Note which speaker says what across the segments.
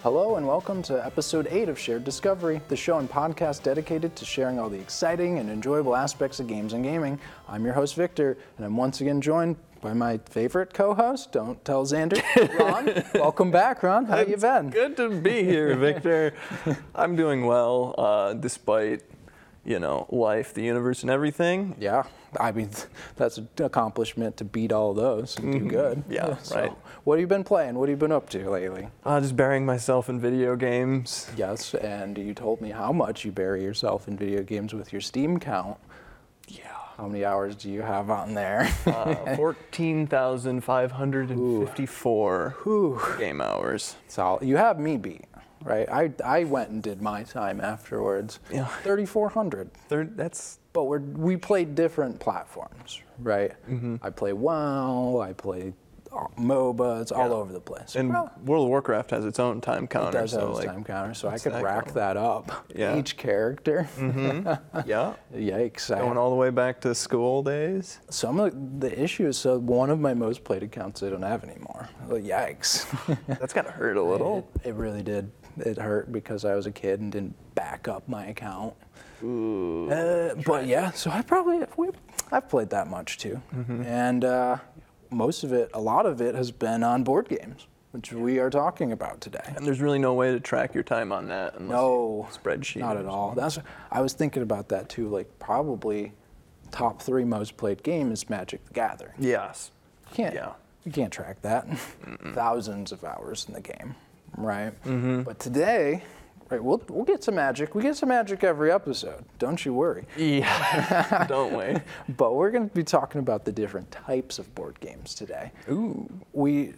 Speaker 1: Hello and welcome to episode 8 of Shared Discovery, the show and podcast dedicated to sharing all the exciting and enjoyable aspects of games and gaming. I'm your host, Victor, and I'm once again joined by my favorite co host, don't tell Xander, Ron. welcome back, Ron. How you been?
Speaker 2: Good to be here, Victor. I'm doing well, uh, despite you know life, the universe, and everything.
Speaker 1: Yeah, I mean, that's an accomplishment to beat all those and do good.
Speaker 2: Mm-hmm. Yeah, right.
Speaker 1: What have you been playing? What have you been up to lately?
Speaker 2: Uh, just burying myself in video games.
Speaker 1: Yes, and you told me how much you bury yourself in video games with your Steam count.
Speaker 2: Yeah.
Speaker 1: How many hours do you have on there?
Speaker 2: Uh, 14,554 game hours.
Speaker 1: So you have me beat, right? I, I went and did my time afterwards.
Speaker 2: Yeah.
Speaker 1: 3,400.
Speaker 2: Third, that's
Speaker 1: But we're, we played different platforms, right?
Speaker 2: Mm-hmm.
Speaker 1: I play WoW, I play uh, MOBA, it's all over the place.
Speaker 2: and
Speaker 1: Well,
Speaker 2: World of Warcraft has its own time counter.
Speaker 1: does have
Speaker 2: so
Speaker 1: his
Speaker 2: like,
Speaker 1: time counter, so I
Speaker 2: what's
Speaker 1: could
Speaker 2: that
Speaker 1: rack
Speaker 2: called?
Speaker 1: that up.
Speaker 2: Yeah.
Speaker 1: Each character.
Speaker 2: yeah,
Speaker 1: Yikes. I-
Speaker 2: going all the way back to school days.
Speaker 1: some of the issues, so one of my most played accounts I don't have anymore. Like, yikes.
Speaker 2: That's gotta hurt a little.
Speaker 1: It, it really did. It hurt because I was a kid and didn't back up my account. Uh, but yeah, so I probably we, I've played that much too, and uh, most of it, a lot of it, has been on board games, which we are talking about today.
Speaker 2: And there's really no way to track your time on that unless
Speaker 1: No,
Speaker 2: you spreadsheet.
Speaker 1: Not
Speaker 2: or
Speaker 1: at all. That's I was thinking about that too. Like probably top three most played game is Magic the Gathering.
Speaker 2: something. Yes.
Speaker 1: You can't
Speaker 2: Yeah.
Speaker 1: you can't track that. Thousands of hours in the game, right? But today, right, we'll we'll get some magic. We get some magic every episode. Don't you worry.
Speaker 2: Yeah. Don't we?
Speaker 1: But we're going to be talking about the different types of board games today. Ooh. We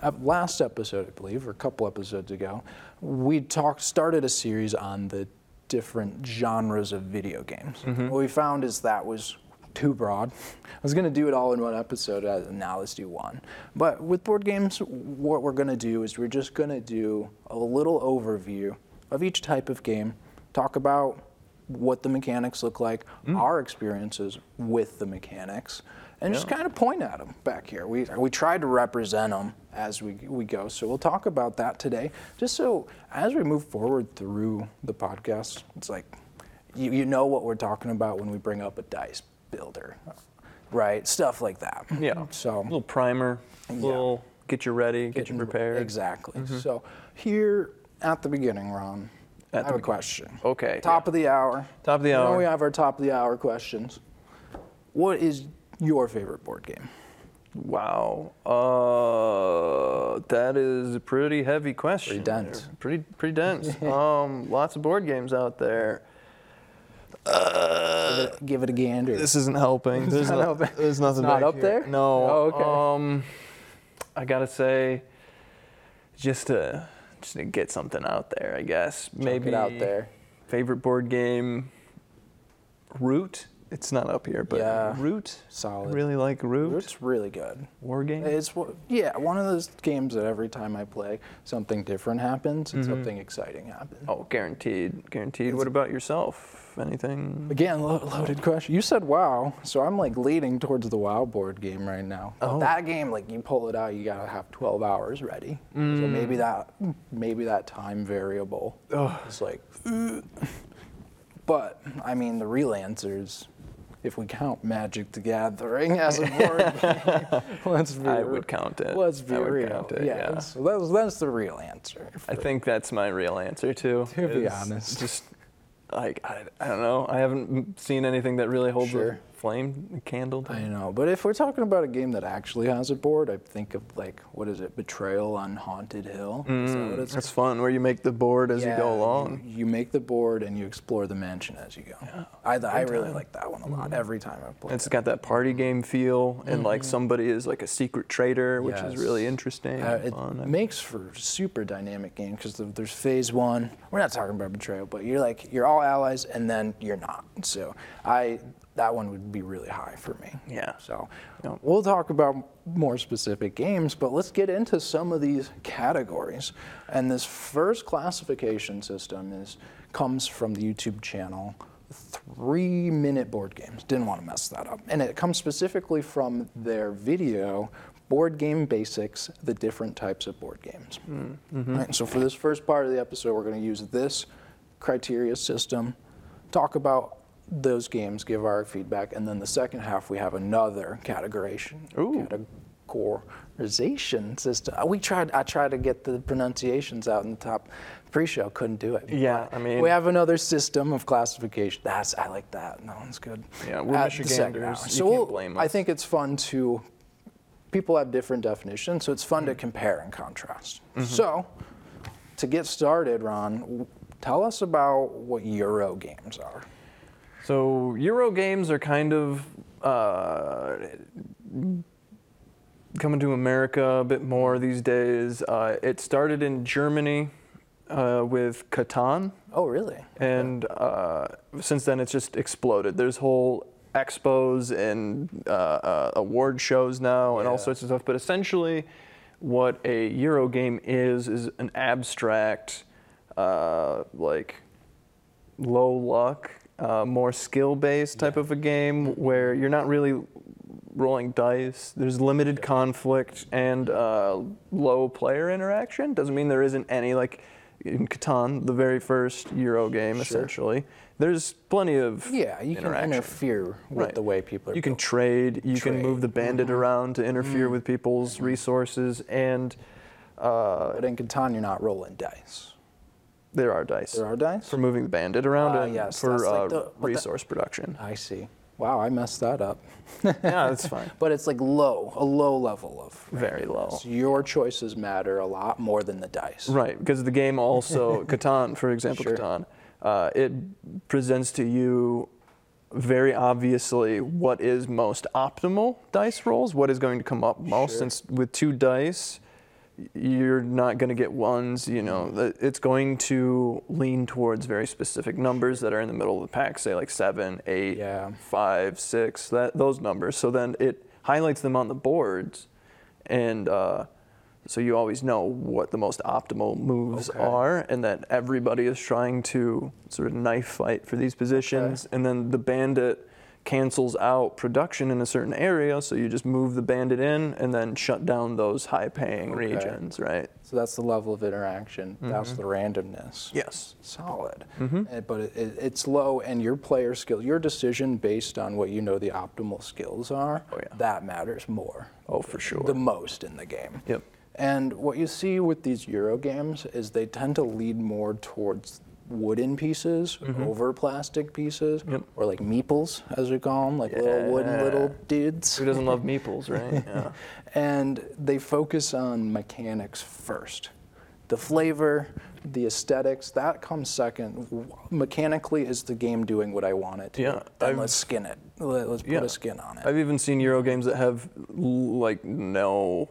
Speaker 1: uh, last episode, I believe, or a couple episodes ago, we talked started a series on the different genres of video games. What we found is that was too broad. I was going to do it all in one episode. uh, Now let's do one. But with board games, what we're going to do is we're just going to do a little overview of each type of game. Talk about what the mechanics look like,
Speaker 2: Hmm.
Speaker 1: our experiences with the mechanics, and just kind of point at them back here. We, we tried to represent them as we, we go, so we'll talk about that today. Just so as we move forward through the podcast, it's like you, you know what we're talking about when we bring up a dice builder, right? Stuff like that.
Speaker 2: Yeah.
Speaker 1: So
Speaker 2: a little primer, a little get you ready, get, you
Speaker 1: and-
Speaker 2: prepared. Mm-hmm.
Speaker 1: Exactly. So here at the beginning, Ron, I
Speaker 2: At
Speaker 1: have
Speaker 2: the Oh,
Speaker 1: a question.
Speaker 2: Okay,
Speaker 1: Top of the hour.
Speaker 2: Top of the
Speaker 1: You know
Speaker 2: hour.
Speaker 1: we have our top of the hour questions. What is your favorite board game?
Speaker 2: Wow. Uh, that is a pretty heavy question.
Speaker 1: dense.
Speaker 2: Pretty pretty dense. um, lots of board games out there. Uh,
Speaker 1: Give it a gander.
Speaker 2: this isn't helping. There's,
Speaker 1: not
Speaker 2: no-
Speaker 1: helping.
Speaker 2: there's nothing
Speaker 1: It's not
Speaker 2: back
Speaker 1: up
Speaker 2: here.
Speaker 1: there?
Speaker 2: No.
Speaker 1: Oh, okay.
Speaker 2: Um, I gotta say, just to just to get something out there, I guess. Maybe
Speaker 1: it out there.
Speaker 2: Favorite board game. Root. It's not up here, but
Speaker 1: Yeah.
Speaker 2: Root. I
Speaker 1: Solid.
Speaker 2: really like Root.
Speaker 1: It's really good.
Speaker 2: War game.
Speaker 1: It's wha- yeah, one of those games that every time I play, something different happens
Speaker 2: Mm-hmm.
Speaker 1: and something exciting happens.
Speaker 2: Oh, guaranteed, guaranteed. what about yourself? Anything?
Speaker 1: Again, lo- loaded question. You said WoW, so I'm like leaning towards the WoW board game right now. But
Speaker 2: Oh.
Speaker 1: That game, like you pull it out, you gotta have 12 hours ready. So
Speaker 2: Mm.
Speaker 1: maybe that, maybe that time variable is like. "Ugh." But I mean, the real answer is, if we count Magic the Gathering as a board game, let's be
Speaker 2: I
Speaker 1: re-
Speaker 2: would count it.
Speaker 1: Let's be
Speaker 2: I would
Speaker 1: real.
Speaker 2: count it,
Speaker 1: yeah.
Speaker 2: yeah.
Speaker 1: So that's that's the real answer.
Speaker 2: I think that's my real answer too.
Speaker 1: To be
Speaker 2: is
Speaker 1: honest.
Speaker 2: just like I, I don't know. I haven't seen anything that really holds
Speaker 1: Sure.
Speaker 2: a flame a candle. To
Speaker 1: I know, but if we're talking about a game that actually has a board, I think of like what is it, Betrayal on Haunted Hill? Is that what it's
Speaker 2: That's fun, where you make the board Mm. as you
Speaker 1: Yeah,
Speaker 2: go along.
Speaker 1: You, make the board and you explore the mansion as you go. I, I really like that one a
Speaker 2: Mm.
Speaker 1: lot. Every time I play,
Speaker 2: It's got that party game feel, and like somebody is like a secret traitor, which is really
Speaker 1: Mm-hmm. Yes.
Speaker 2: interesting.
Speaker 1: Uh,
Speaker 2: and
Speaker 1: it
Speaker 2: fun.
Speaker 1: makes for super dynamic game because there's phase one. We're not talking about betrayal, but you're like you're all allies, and then you're not. So I that one would be really high for me.
Speaker 2: Yeah.
Speaker 1: So
Speaker 2: Yep.
Speaker 1: we'll talk about more specific games, but let's get into some of these categories. And this first classification system is comes from the YouTube channel Three Minute Board Games. Didn't want to mess that up. And it comes specifically from their video board game basics, the different types of board games. Right, so for this first part of the episode, we're going to use this criteria system, talk about those games, give our feedback, and then the second half we have another categorization.
Speaker 2: Ooh.
Speaker 1: Categorization system. We tried. I tried to get the pronunciations out in the top pre-show. Couldn't do it.
Speaker 2: Yeah, I mean-
Speaker 1: we have another system of classification. That's I like that. That one's good.
Speaker 2: Yeah, we're
Speaker 1: At the second
Speaker 2: Michiganders.
Speaker 1: hour.
Speaker 2: You
Speaker 1: So
Speaker 2: can't
Speaker 1: we'll-
Speaker 2: blame
Speaker 1: I
Speaker 2: us.
Speaker 1: think it's fun to people have different definitions, so it's fun
Speaker 2: Mm-hmm.
Speaker 1: to compare and contrast. So, to get started, Ron, w- tell us about what Euro games are.
Speaker 2: So Euro games are kind of uh, coming to America a bit more these days. Uh, it started in Germany uh, with Catan,
Speaker 1: Oh, really?
Speaker 2: and uh, since then it's just exploded. There's whole expos and uh, uh, award shows now, and all
Speaker 1: Yeah.
Speaker 2: sorts of stuff. But essentially, what a Euro game is is an abstract, uh, like low luck, uh, more skill based type of a game where you're not really rolling dice. There's limited conflict and uh, low player interaction. Doesn't mean there isn't any, like in Catan, the very first Euro game, essentially. There's plenty of
Speaker 1: Yeah, you can
Speaker 2: interaction.
Speaker 1: interfere with
Speaker 2: Right.
Speaker 1: the way people are.
Speaker 2: You can
Speaker 1: built. Mm-hmm.
Speaker 2: trade. You can move the bandit around to interfere with people's resources, and uh,
Speaker 1: but in Catan, you're not rolling dice.
Speaker 2: there are dice
Speaker 1: There are dice.
Speaker 2: for moving the bandit around
Speaker 1: Ah,
Speaker 2: and
Speaker 1: yes, that's
Speaker 2: for
Speaker 1: like
Speaker 2: uh,
Speaker 1: the- but that-
Speaker 2: resource production.
Speaker 1: I see. Wow, I messed that up.
Speaker 2: yeah, that's fine.
Speaker 1: But it's like low, a low level of.
Speaker 2: Very low.
Speaker 1: So your choices matter a lot more than the dice.
Speaker 2: Oh. Right, because the game also Catan, for example,
Speaker 1: Sure.
Speaker 2: Catan, uh, it presents to you very obviously what is most optimal dice rolls, what is going to come up most.
Speaker 1: Sure.
Speaker 2: Since with two dice, you're not going to get ones. You know,
Speaker 1: Mm-hmm.
Speaker 2: the- it's going to lean towards very specific numbers that are in the middle of the pack, say like seven, eight,
Speaker 1: Yeah.
Speaker 2: five, six, that those numbers. So then it highlights them on the boards, and uh, so you always know what the most optimal moves
Speaker 1: Okay.
Speaker 2: are, and that everybody is trying to sort of knife fight for these positions, and then the bandit cancels out production in a certain area, so you just move the bandit in and then shut down those high-paying
Speaker 1: Okay.
Speaker 2: regions, right?
Speaker 1: So that's the level of interaction.
Speaker 2: Mm-hmm.
Speaker 1: That's the randomness.
Speaker 2: Yes.
Speaker 1: solid.
Speaker 2: Mm-hmm.
Speaker 1: Uh, But it, it, it's low, and your player skill, your decision based on what you know the optimal skills are,
Speaker 2: Oh, yeah.
Speaker 1: that matters more.
Speaker 2: Oh, for sure.
Speaker 1: The most in the game.
Speaker 2: Yep.
Speaker 1: And what you see with these Euro games is they tend to lead more towards wooden pieces
Speaker 2: Mm-hmm.
Speaker 1: over plastic pieces, or like meeples, as we call them, like little wooden
Speaker 2: Yeah.
Speaker 1: little dudes.
Speaker 2: Who doesn't love meeples, right? Yeah.
Speaker 1: And they focus on mechanics first. The flavor, the aesthetics, that comes second. W- Mechanically, is the game doing what I want it to?
Speaker 2: Yeah,
Speaker 1: Then
Speaker 2: I've-
Speaker 1: let's skin it. Let, us put
Speaker 2: Yeah.
Speaker 1: a skin on it.
Speaker 2: I've even seen Euro games that have l- like no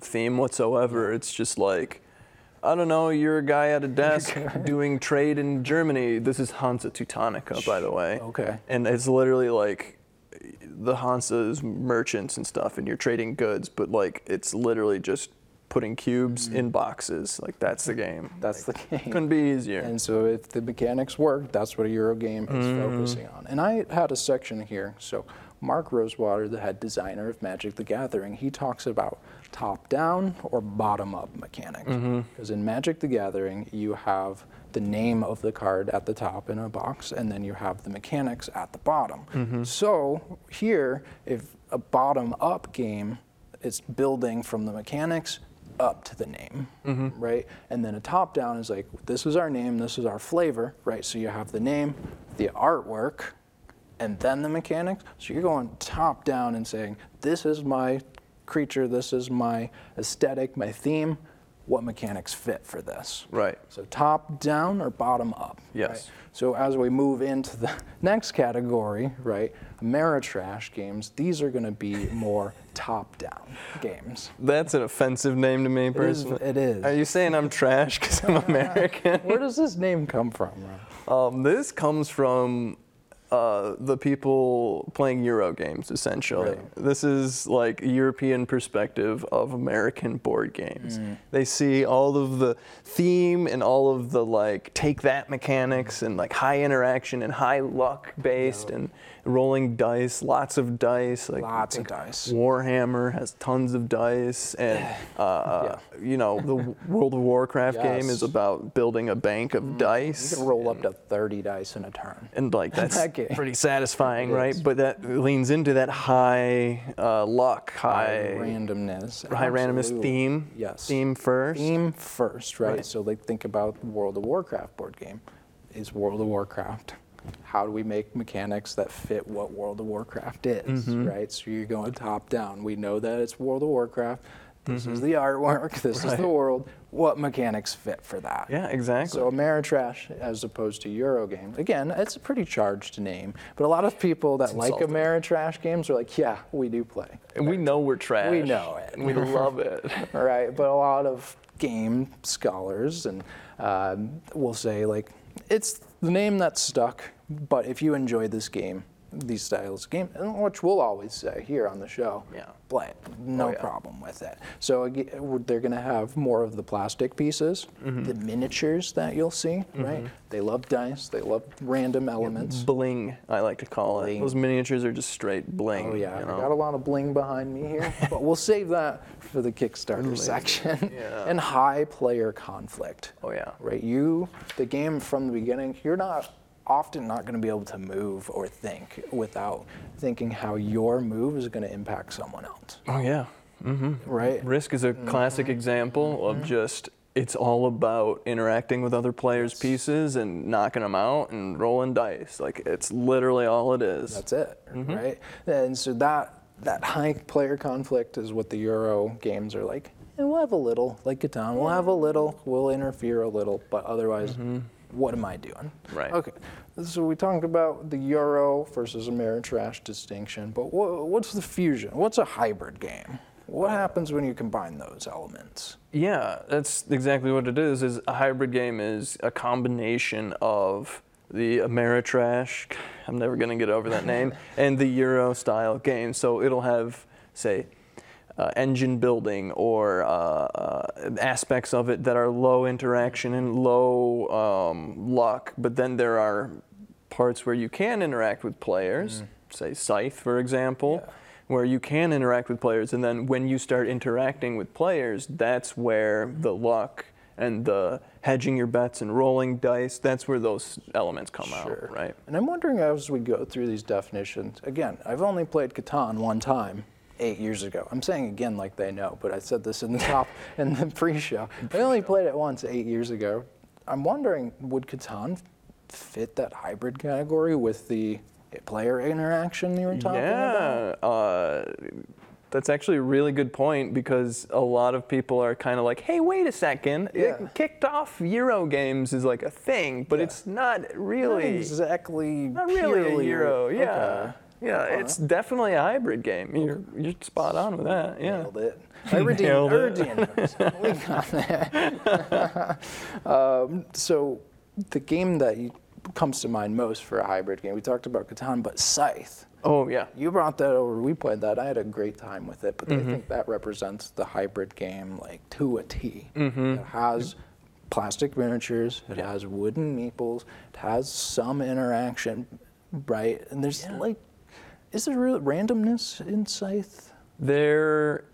Speaker 2: theme whatsoever. It's just like, I don't know, you're a guy at a desk doing trade in Germany. This is Hansa Teutonica, by the way.
Speaker 1: Okay.
Speaker 2: And it's literally like the Hansa's merchants and stuff, and you're trading goods, but like it's literally just putting cubes
Speaker 1: Mm.
Speaker 2: in boxes. Like that's the game.
Speaker 1: That's the game.
Speaker 2: Couldn't be easier.
Speaker 1: And so if the mechanics work, that's what a Euro game is focusing on. And I had a section here. So Mark Rosewater, the head designer of Magic the Gathering, he talks about top down or bottom up mechanics. Because in Magic the Gathering, you have the name of the card at the top in a box, and then you have the mechanics at the bottom. So here, if a bottom up game, it's building from the mechanics up to the name,
Speaker 2: Mm-hmm.
Speaker 1: right? And then a top down is like, this is our name, this is our flavor, right? So you have the name, the artwork, and then the mechanics. So you're going top down and saying, this is my creature, this is my aesthetic, my theme. What mechanics fit for this?
Speaker 2: Right.
Speaker 1: So top down or bottom up?
Speaker 2: Yes.
Speaker 1: So as we move into the next category, right, Ameritrash games, these are going to be more top down games.
Speaker 2: That's an offensive name to me,
Speaker 1: is-
Speaker 2: personally.
Speaker 1: it is.
Speaker 2: Are you saying I'm trash because I'm American?
Speaker 1: Where does this name come from? Rob?
Speaker 2: Um, this comes from uh, the people playing Euro games, essentially.
Speaker 1: Right.
Speaker 2: This is like a European perspective of American board games.
Speaker 1: Mm.
Speaker 2: They see all of the theme and all of the like take that mechanics and like high interaction and high luck based and rolling dice, lots of dice. Like
Speaker 1: Lots of
Speaker 2: like
Speaker 1: dice.
Speaker 2: Warhammer has tons of dice, and uh, you know the World of Warcraft game
Speaker 1: Yes. Mm.
Speaker 2: is about building a bank of
Speaker 1: You
Speaker 2: dice
Speaker 1: can roll up to 30 dice in a turn.
Speaker 2: and like that's
Speaker 1: that game.
Speaker 2: pretty satisfying,
Speaker 1: It
Speaker 2: right?
Speaker 1: is.
Speaker 2: But that leans into that high uh, luck, high
Speaker 1: randomness.
Speaker 2: high randomness
Speaker 1: absolutely.
Speaker 2: theme.
Speaker 1: Yes.
Speaker 2: Theme first.
Speaker 1: Theme first, right?
Speaker 2: Right.
Speaker 1: So like think about World of Warcraft board game. Is World of Warcraft. How do we make mechanics that fit what World of Warcraft is,
Speaker 2: Mm-hmm.
Speaker 1: right? So you're going top down. We know that it's World of Warcraft. This is the artwork. This is
Speaker 2: Mm-hmm. Right.
Speaker 1: the world. What mechanics fit for that?
Speaker 2: Yeah, exactly.
Speaker 1: So Ameritrash, as opposed to Eurogame, again, it's a pretty charged name, but a lot of people that like
Speaker 2: insulting.
Speaker 1: Ameritrash games are like, yeah, we do play,
Speaker 2: and we know we're trash.
Speaker 1: know it.
Speaker 2: We love it.
Speaker 1: right? But a lot of game scholars and um, will say like, it's the name that stuck. But if you enjoy this game, these styles of game, and which we'll always say here on the show,
Speaker 2: Yeah. Oh,
Speaker 1: play it, no
Speaker 2: yeah.
Speaker 1: problem with it. So ag- they're going to have more of the plastic pieces,
Speaker 2: Mm-hmm.
Speaker 1: the miniatures that you'll see, right? They love dice, they love random elements.
Speaker 2: Bling, I like to call it.
Speaker 1: Bling.
Speaker 2: Those miniatures are just straight bling.
Speaker 1: Oh yeah,
Speaker 2: you
Speaker 1: I
Speaker 2: know?
Speaker 1: got a lot of bling behind me here, but we'll save that for the Kickstarter section.
Speaker 2: Yeah.
Speaker 1: and high player conflict.
Speaker 2: Oh, yeah.
Speaker 1: Right, you the game from the beginning. You're not often not going to be able to move or think without thinking how your move is going to impact someone else.
Speaker 2: Oh yeah.
Speaker 1: Right.
Speaker 2: Risk is a
Speaker 1: Mm-hmm.
Speaker 2: classic example of just it's all about interacting with other players' pieces and knocking them out and rolling dice. Like it's literally all it is.
Speaker 1: That's it, Mm-hmm. right? And so that that high player conflict is what the Euro games are like. And we'll have a little, like Catan, we'll have a little, we'll interfere a little, but otherwise, what am I doing?
Speaker 2: Right.
Speaker 1: Okay. So we talked about the Euro versus Ameritrash distinction, but wha what's the fusion? What's a hybrid game? What happens when you combine those elements?
Speaker 2: Yeah, that's exactly what it is. Is a hybrid game is a combination of the Ameritrash, I'm never gonna get over that name, and the Euro style game. So it'll have, say, uh, engine building or uh, uh, aspects of it that are low interaction and low um, luck, but then there are parts where you can interact with
Speaker 1: Mm.
Speaker 2: players, say Scythe, for example, where you can interact with players. And then when you start interacting with players, that's where the luck and the hedging your bets and rolling dice, that's where those elements come out, right?
Speaker 1: And I'm wondering as we go through these definitions, again, I've only played Catan one time eight years ago. I'm saying again like they know, but I said this in the top in the pre-show. I only played it once eight years ago. I'm wondering, would Catan fit that hybrid category with the player interaction you were talking about?
Speaker 2: yeah, uh, that's actually a really good point because a lot of people are kind of like, "Hey, wait a second!
Speaker 1: Yeah.
Speaker 2: It kicked off Euro games is like a thing, but
Speaker 1: Yeah.
Speaker 2: it's not
Speaker 1: Not
Speaker 2: really,
Speaker 1: exactly.
Speaker 2: not really a
Speaker 1: purely-
Speaker 2: Euro.
Speaker 1: Okay.
Speaker 2: Yeah, yeah, it's definitely a hybrid game. You're you're spot on with that. Yeah,
Speaker 1: Nailed it. I redeemed,
Speaker 2: Nailed
Speaker 1: I
Speaker 2: it.
Speaker 1: redeemed myself. We got that. um, so the game that you, comes to mind most for a hybrid game, we talked about Catan, but Scythe.
Speaker 2: oh yeah,
Speaker 1: You brought that over. We played that. I had a great time with it, but
Speaker 2: Mm-hmm.
Speaker 1: I think that represents the hybrid game like to a T.
Speaker 2: Mm-hmm.
Speaker 1: It has plastic miniatures. It has wooden meeples. It has some interaction, right? And there's like, is there real randomness in Scythe?
Speaker 2: there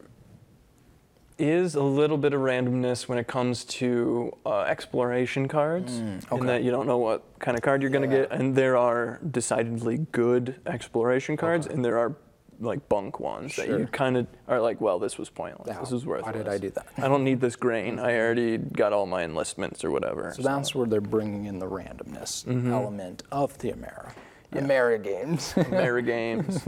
Speaker 2: is a little bit of randomness when it comes to uh, exploration cards, in that you don't know what kind of card you're going to
Speaker 1: Mm, Yeah.
Speaker 2: get, and there are decidedly good exploration cards, and there are like bunk ones that
Speaker 1: Sure.
Speaker 2: you kind of are like, well, this was pointless.
Speaker 1: Yeah,
Speaker 2: This was
Speaker 1: why
Speaker 2: worthless.
Speaker 1: did I do that?
Speaker 2: I don't need this grain. I already got all my enlistments or whatever.
Speaker 1: So that's where they're bringing in the randomness
Speaker 2: Mm-hmm.
Speaker 1: element of the Amera. Amera games.
Speaker 2: Mary games.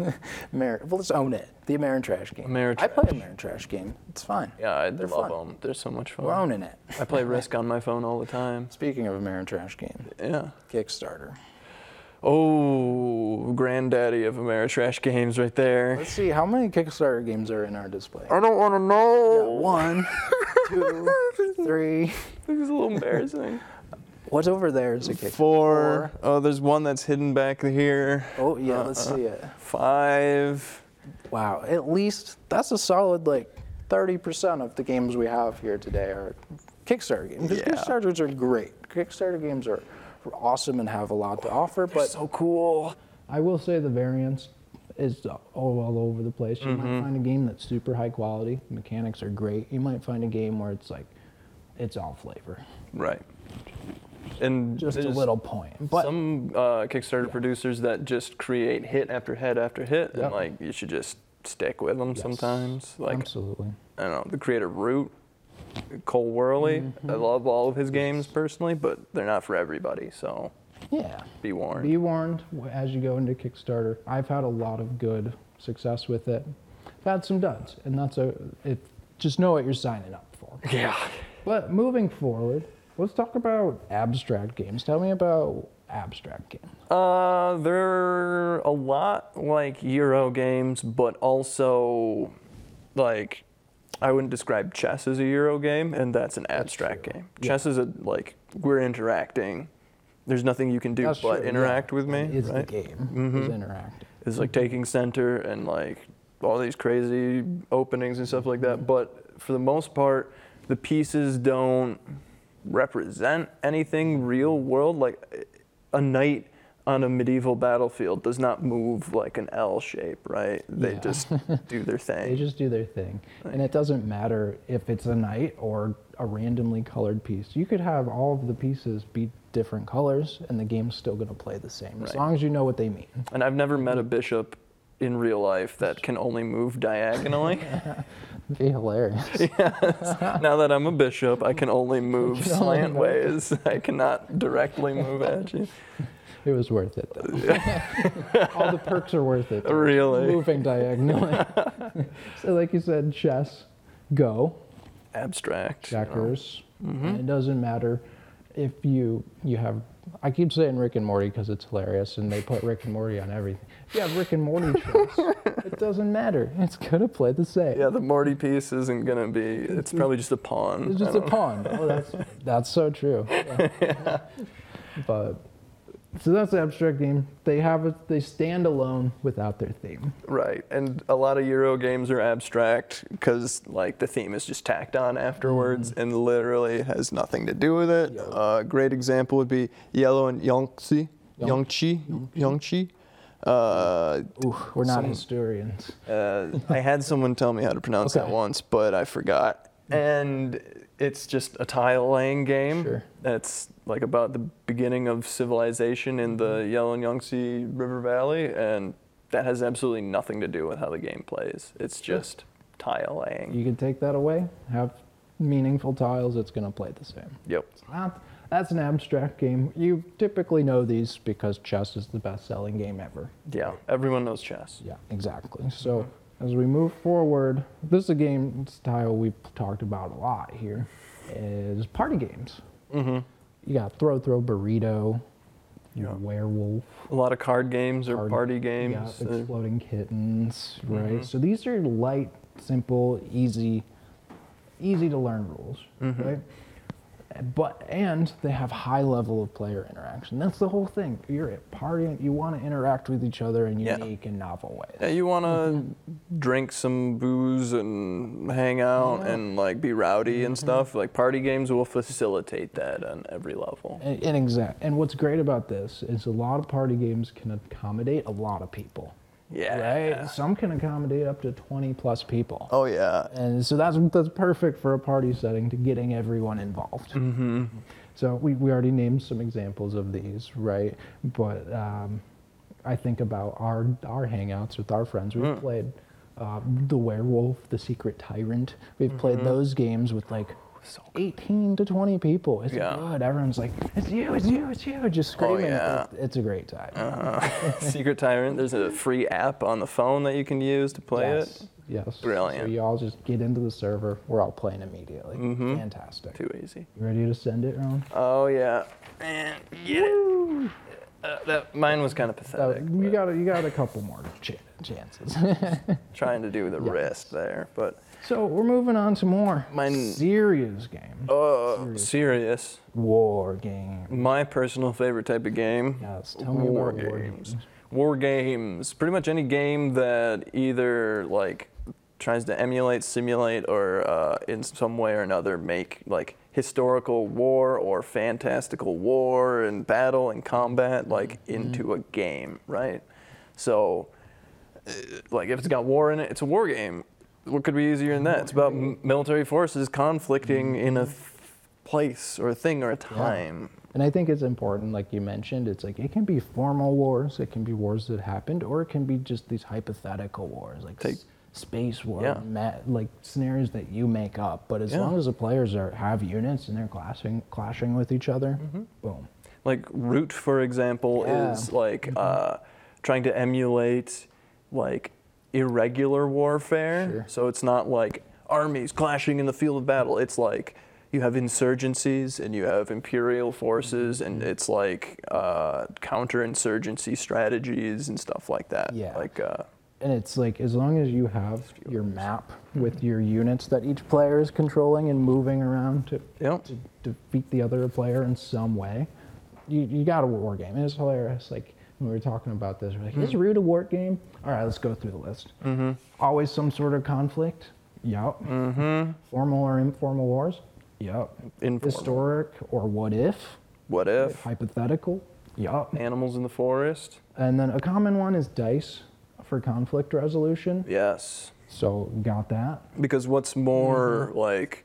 Speaker 1: Ameri- well, let's own it. The Ameritrash game. I play Ameritrash game. It's fine.
Speaker 2: Yeah, I
Speaker 1: They're
Speaker 2: love
Speaker 1: fun.
Speaker 2: them. They're so much fun.
Speaker 1: We're owning it.
Speaker 2: I play Risk on my phone all the time.
Speaker 1: Speaking of Ameritrash game,
Speaker 2: Yeah.
Speaker 1: Kickstarter.
Speaker 2: Oh, granddaddy of Ameritrash games right there.
Speaker 1: Let's see how many Kickstarter games are in our display.
Speaker 2: I don't want to know.
Speaker 1: One, two, three.
Speaker 2: This is a little embarrassing.
Speaker 1: What's over there is a kick.
Speaker 2: Four. Oh, there's one that's hidden back here.
Speaker 1: Oh yeah, let's
Speaker 2: Uh-uh.
Speaker 1: see it.
Speaker 2: Five.
Speaker 1: Wow, at least that's a solid like 30% of the games we have here today are Kickstarter games. 'Cause
Speaker 2: Yeah.
Speaker 1: Kickstarters are great. Kickstarter games are are awesome and have a lot to offer, but
Speaker 2: So cool.
Speaker 1: I will say the variance is all, all over the place. You might find a game that's super high quality, mechanics are great. You might find a game where it's like it's all flavor,
Speaker 2: Right. And
Speaker 1: just a
Speaker 2: there's
Speaker 1: little point. But
Speaker 2: some uh, Kickstarter producers that just create hit after hit after hit,
Speaker 1: Yep.
Speaker 2: and like you should just stick with them sometimes. Like
Speaker 1: absolutely.
Speaker 2: I don't know, the creator Root, Cole Worley.
Speaker 1: Mm-hmm.
Speaker 2: I love all of his games personally, but they're not for everybody. So
Speaker 1: Yeah.
Speaker 2: be warned.
Speaker 1: Be warned w- as you go into Kickstarter. I've had a lot of good success with it. I've had some duds, and that's a it. Just know what you're signing up for.
Speaker 2: yeah.
Speaker 1: But moving forward, let's talk about abstract games. Tell me about abstract game.
Speaker 2: Uh, they're a lot like Euro games, but also like I wouldn't describe chess as a Euro game, and that's an abstract game. Chess is a like we're interacting. There's nothing you can do
Speaker 1: That's
Speaker 2: but
Speaker 1: true, yeah.
Speaker 2: interact with me.
Speaker 1: Is
Speaker 2: right? Mm-hmm.
Speaker 1: the game is interactive.
Speaker 2: It's like taking center and like all these crazy openings and stuff like that. But for the most part, the pieces don't represent anything real world. Like a knight on a medieval battlefield does not move like an L shape, right? They
Speaker 1: Yeah.
Speaker 2: just do their
Speaker 1: They
Speaker 2: thing.
Speaker 1: just do their thing, and it doesn't matter if it's a knight or a randomly colored piece. You could have all of the pieces be different colors, and the game's still going to play the same as
Speaker 2: Right.
Speaker 1: long as you know what they mean.
Speaker 2: And I've never met a bishop in real life that can only move diagonally.
Speaker 1: Be hilarious.
Speaker 2: now that I'm a bishop, I can only move
Speaker 1: can only
Speaker 2: slant
Speaker 1: move.
Speaker 2: ways. I cannot directly move at you.
Speaker 1: It was worth it though. All the perks are worth it. though.
Speaker 2: Really?
Speaker 1: Moving diagonally. so like you said, chess, go,
Speaker 2: Abstract. you know.
Speaker 1: checkers. And it doesn't matter if you you have I keep saying Rick and Morty because it's hilarious and they put Rick and Morty on everything. If you have Rick and Morty chess, it doesn't matter. It's gonna play the same.
Speaker 2: Yeah, the Morty piece isn't gonna be. It's probably just a pawn.
Speaker 1: It's
Speaker 2: I
Speaker 1: just a
Speaker 2: don't-
Speaker 1: pawn. Oh, that's that's so true. Yeah. But so that's the abstract game. They have a, they stand alone without their theme.
Speaker 2: Right, and a lot of Euro games are abstract because like the theme is just tacked on afterwards
Speaker 1: Mm-hmm.
Speaker 2: and literally has nothing to do with it.
Speaker 1: Yeah.
Speaker 2: Uh, great example would be Yellow and Yangtze, Yangtze, Yangtze. Uh,
Speaker 1: We're not
Speaker 2: Some-
Speaker 1: historians.
Speaker 2: uh, I had someone tell me how to pronounce that
Speaker 1: Okay.
Speaker 2: once, but I forgot. And it's just a tile laying game.
Speaker 1: Sure.
Speaker 2: That's like about the beginning of civilization in the
Speaker 1: Mm-hmm.
Speaker 2: Yellow and Yangtze River Valley, and that has absolutely nothing to do with how the game plays. It's just tile laying.
Speaker 1: You can take that away, have meaningful tiles, it's going to play the same.
Speaker 2: Yep.
Speaker 1: That- That's an abstract game. You typically know these because chess is the best selling game ever.
Speaker 2: Yeah. Everyone knows chess.
Speaker 1: Yeah, exactly. So as we move forward, this is a game style we've talked about a lot here is party games. Mm-hmm. You got throw throw burrito,
Speaker 2: Yeah.
Speaker 1: werewolf,
Speaker 2: A lot of card games or
Speaker 1: Card-
Speaker 2: party games. Mm-hmm.
Speaker 1: Yeah,
Speaker 2: uh,
Speaker 1: exploding kittens, right? So these are light, simple, easy, easy to learn rules,
Speaker 2: Mm-hmm.
Speaker 1: right? But and they have high level of player interaction. That's the whole thing. You're at partying. You want to interact with each other in
Speaker 2: Yeah.
Speaker 1: unique and novel ways.
Speaker 2: Yeah, you want to drink some booze and hang out and like be rowdy and stuff. Like party games will facilitate that on every level.
Speaker 1: And, and exact. And what's great about this is a lot of party games can accommodate a lot of people.
Speaker 2: Yeah.
Speaker 1: Right. Some can accommodate up to 20 plus people.
Speaker 2: Oh yeah.
Speaker 1: and so that's that's perfect for a party setting to getting everyone involved. Mm-hmm. So we, we already named some examples of these, right? But um, I think about our our hangouts with our friends. We've
Speaker 2: Mm.
Speaker 1: played uh, the werewolf, the secret tyrant. We've
Speaker 2: Mm-hmm.
Speaker 1: played those games with like. 18 to 20 people. It's
Speaker 2: Yeah. Oh,
Speaker 1: good. Everyone's like, it's you, it's you, it's you. Just screaming.
Speaker 2: yeah. Uh-huh.
Speaker 1: It's- It's a great time.
Speaker 2: Secret Tyrant. There's a free app on the phone that you can use to play
Speaker 1: yes.
Speaker 2: it.
Speaker 1: Yes. So
Speaker 2: Brilliant.
Speaker 1: you all just get into the server. We're all playing immediately.
Speaker 2: Mm-hmm.
Speaker 1: Fantastic.
Speaker 2: Too easy.
Speaker 1: You ready to send it, Ron?
Speaker 2: Oh yeah. Man, get it. Uh, that, mine was kind of
Speaker 1: Uh,
Speaker 2: pathetic.
Speaker 1: you
Speaker 2: but
Speaker 1: got a, you got a couple more ch- chances.
Speaker 2: trying to do the wrist there, but
Speaker 1: So we're moving on to more
Speaker 2: Mine-
Speaker 1: serious game.
Speaker 2: Uh, serious.
Speaker 1: War game.
Speaker 2: My personal favorite type of game.
Speaker 1: Yes, tell me
Speaker 2: war
Speaker 1: about war
Speaker 2: games.
Speaker 1: games.
Speaker 2: War games. Pretty much any game that either like tries to emulate, simulate, or uh, in some way or another make like historical war or fantastical war and battle and combat like
Speaker 1: Mm-hmm.
Speaker 2: into a game, right? So, uh, like if it's got war in it, it's a war game. What could be easier than that? It's about m- military forces conflicting
Speaker 1: Mm-hmm.
Speaker 2: in a th- place or a thing or a time.
Speaker 1: And I think it's important, like you mentioned, it's like it can be formal wars, it can be wars that happened, or it can be just these hypothetical wars, like
Speaker 2: Take-
Speaker 1: s- space war,
Speaker 2: Yeah.
Speaker 1: ma- like scenarios that you make up. But as
Speaker 2: Yeah.
Speaker 1: long as the players are have units and they're clashing clashing with each other,
Speaker 2: Mm-hmm.
Speaker 1: boom.
Speaker 2: like root for example
Speaker 1: Yeah. Mm-hmm.
Speaker 2: is like uh, trying to emulate like irregular warfare
Speaker 1: Sure.
Speaker 2: so it's not like armies clashing in the field of battle it's like you have insurgencies and you have imperial forces
Speaker 1: Mm-hmm.
Speaker 2: and it's like uh, counterinsurgency strategies and stuff like that
Speaker 1: Yeah.
Speaker 2: like uh,
Speaker 1: And it's like as long as you have your map with your units that each player is controlling and moving around to,
Speaker 2: Yep.
Speaker 1: to defeat the other player in some way, you, you got a war game. And it's hilarious. Like when we were talking about this, we're like, is Root a war game? All right, let's go through the list. Mm-hmm. Always some sort of conflict. Yup. Mm-hmm. Formal or informal wars. Yup.
Speaker 2: Informal.
Speaker 1: Historic or what if?
Speaker 2: what if
Speaker 1: Hypothetical. Yup.
Speaker 2: animals in the forest
Speaker 1: And then a common one is dice for conflict resolution.
Speaker 2: yes
Speaker 1: So got that.
Speaker 2: because what's more
Speaker 1: Mm-hmm.
Speaker 2: like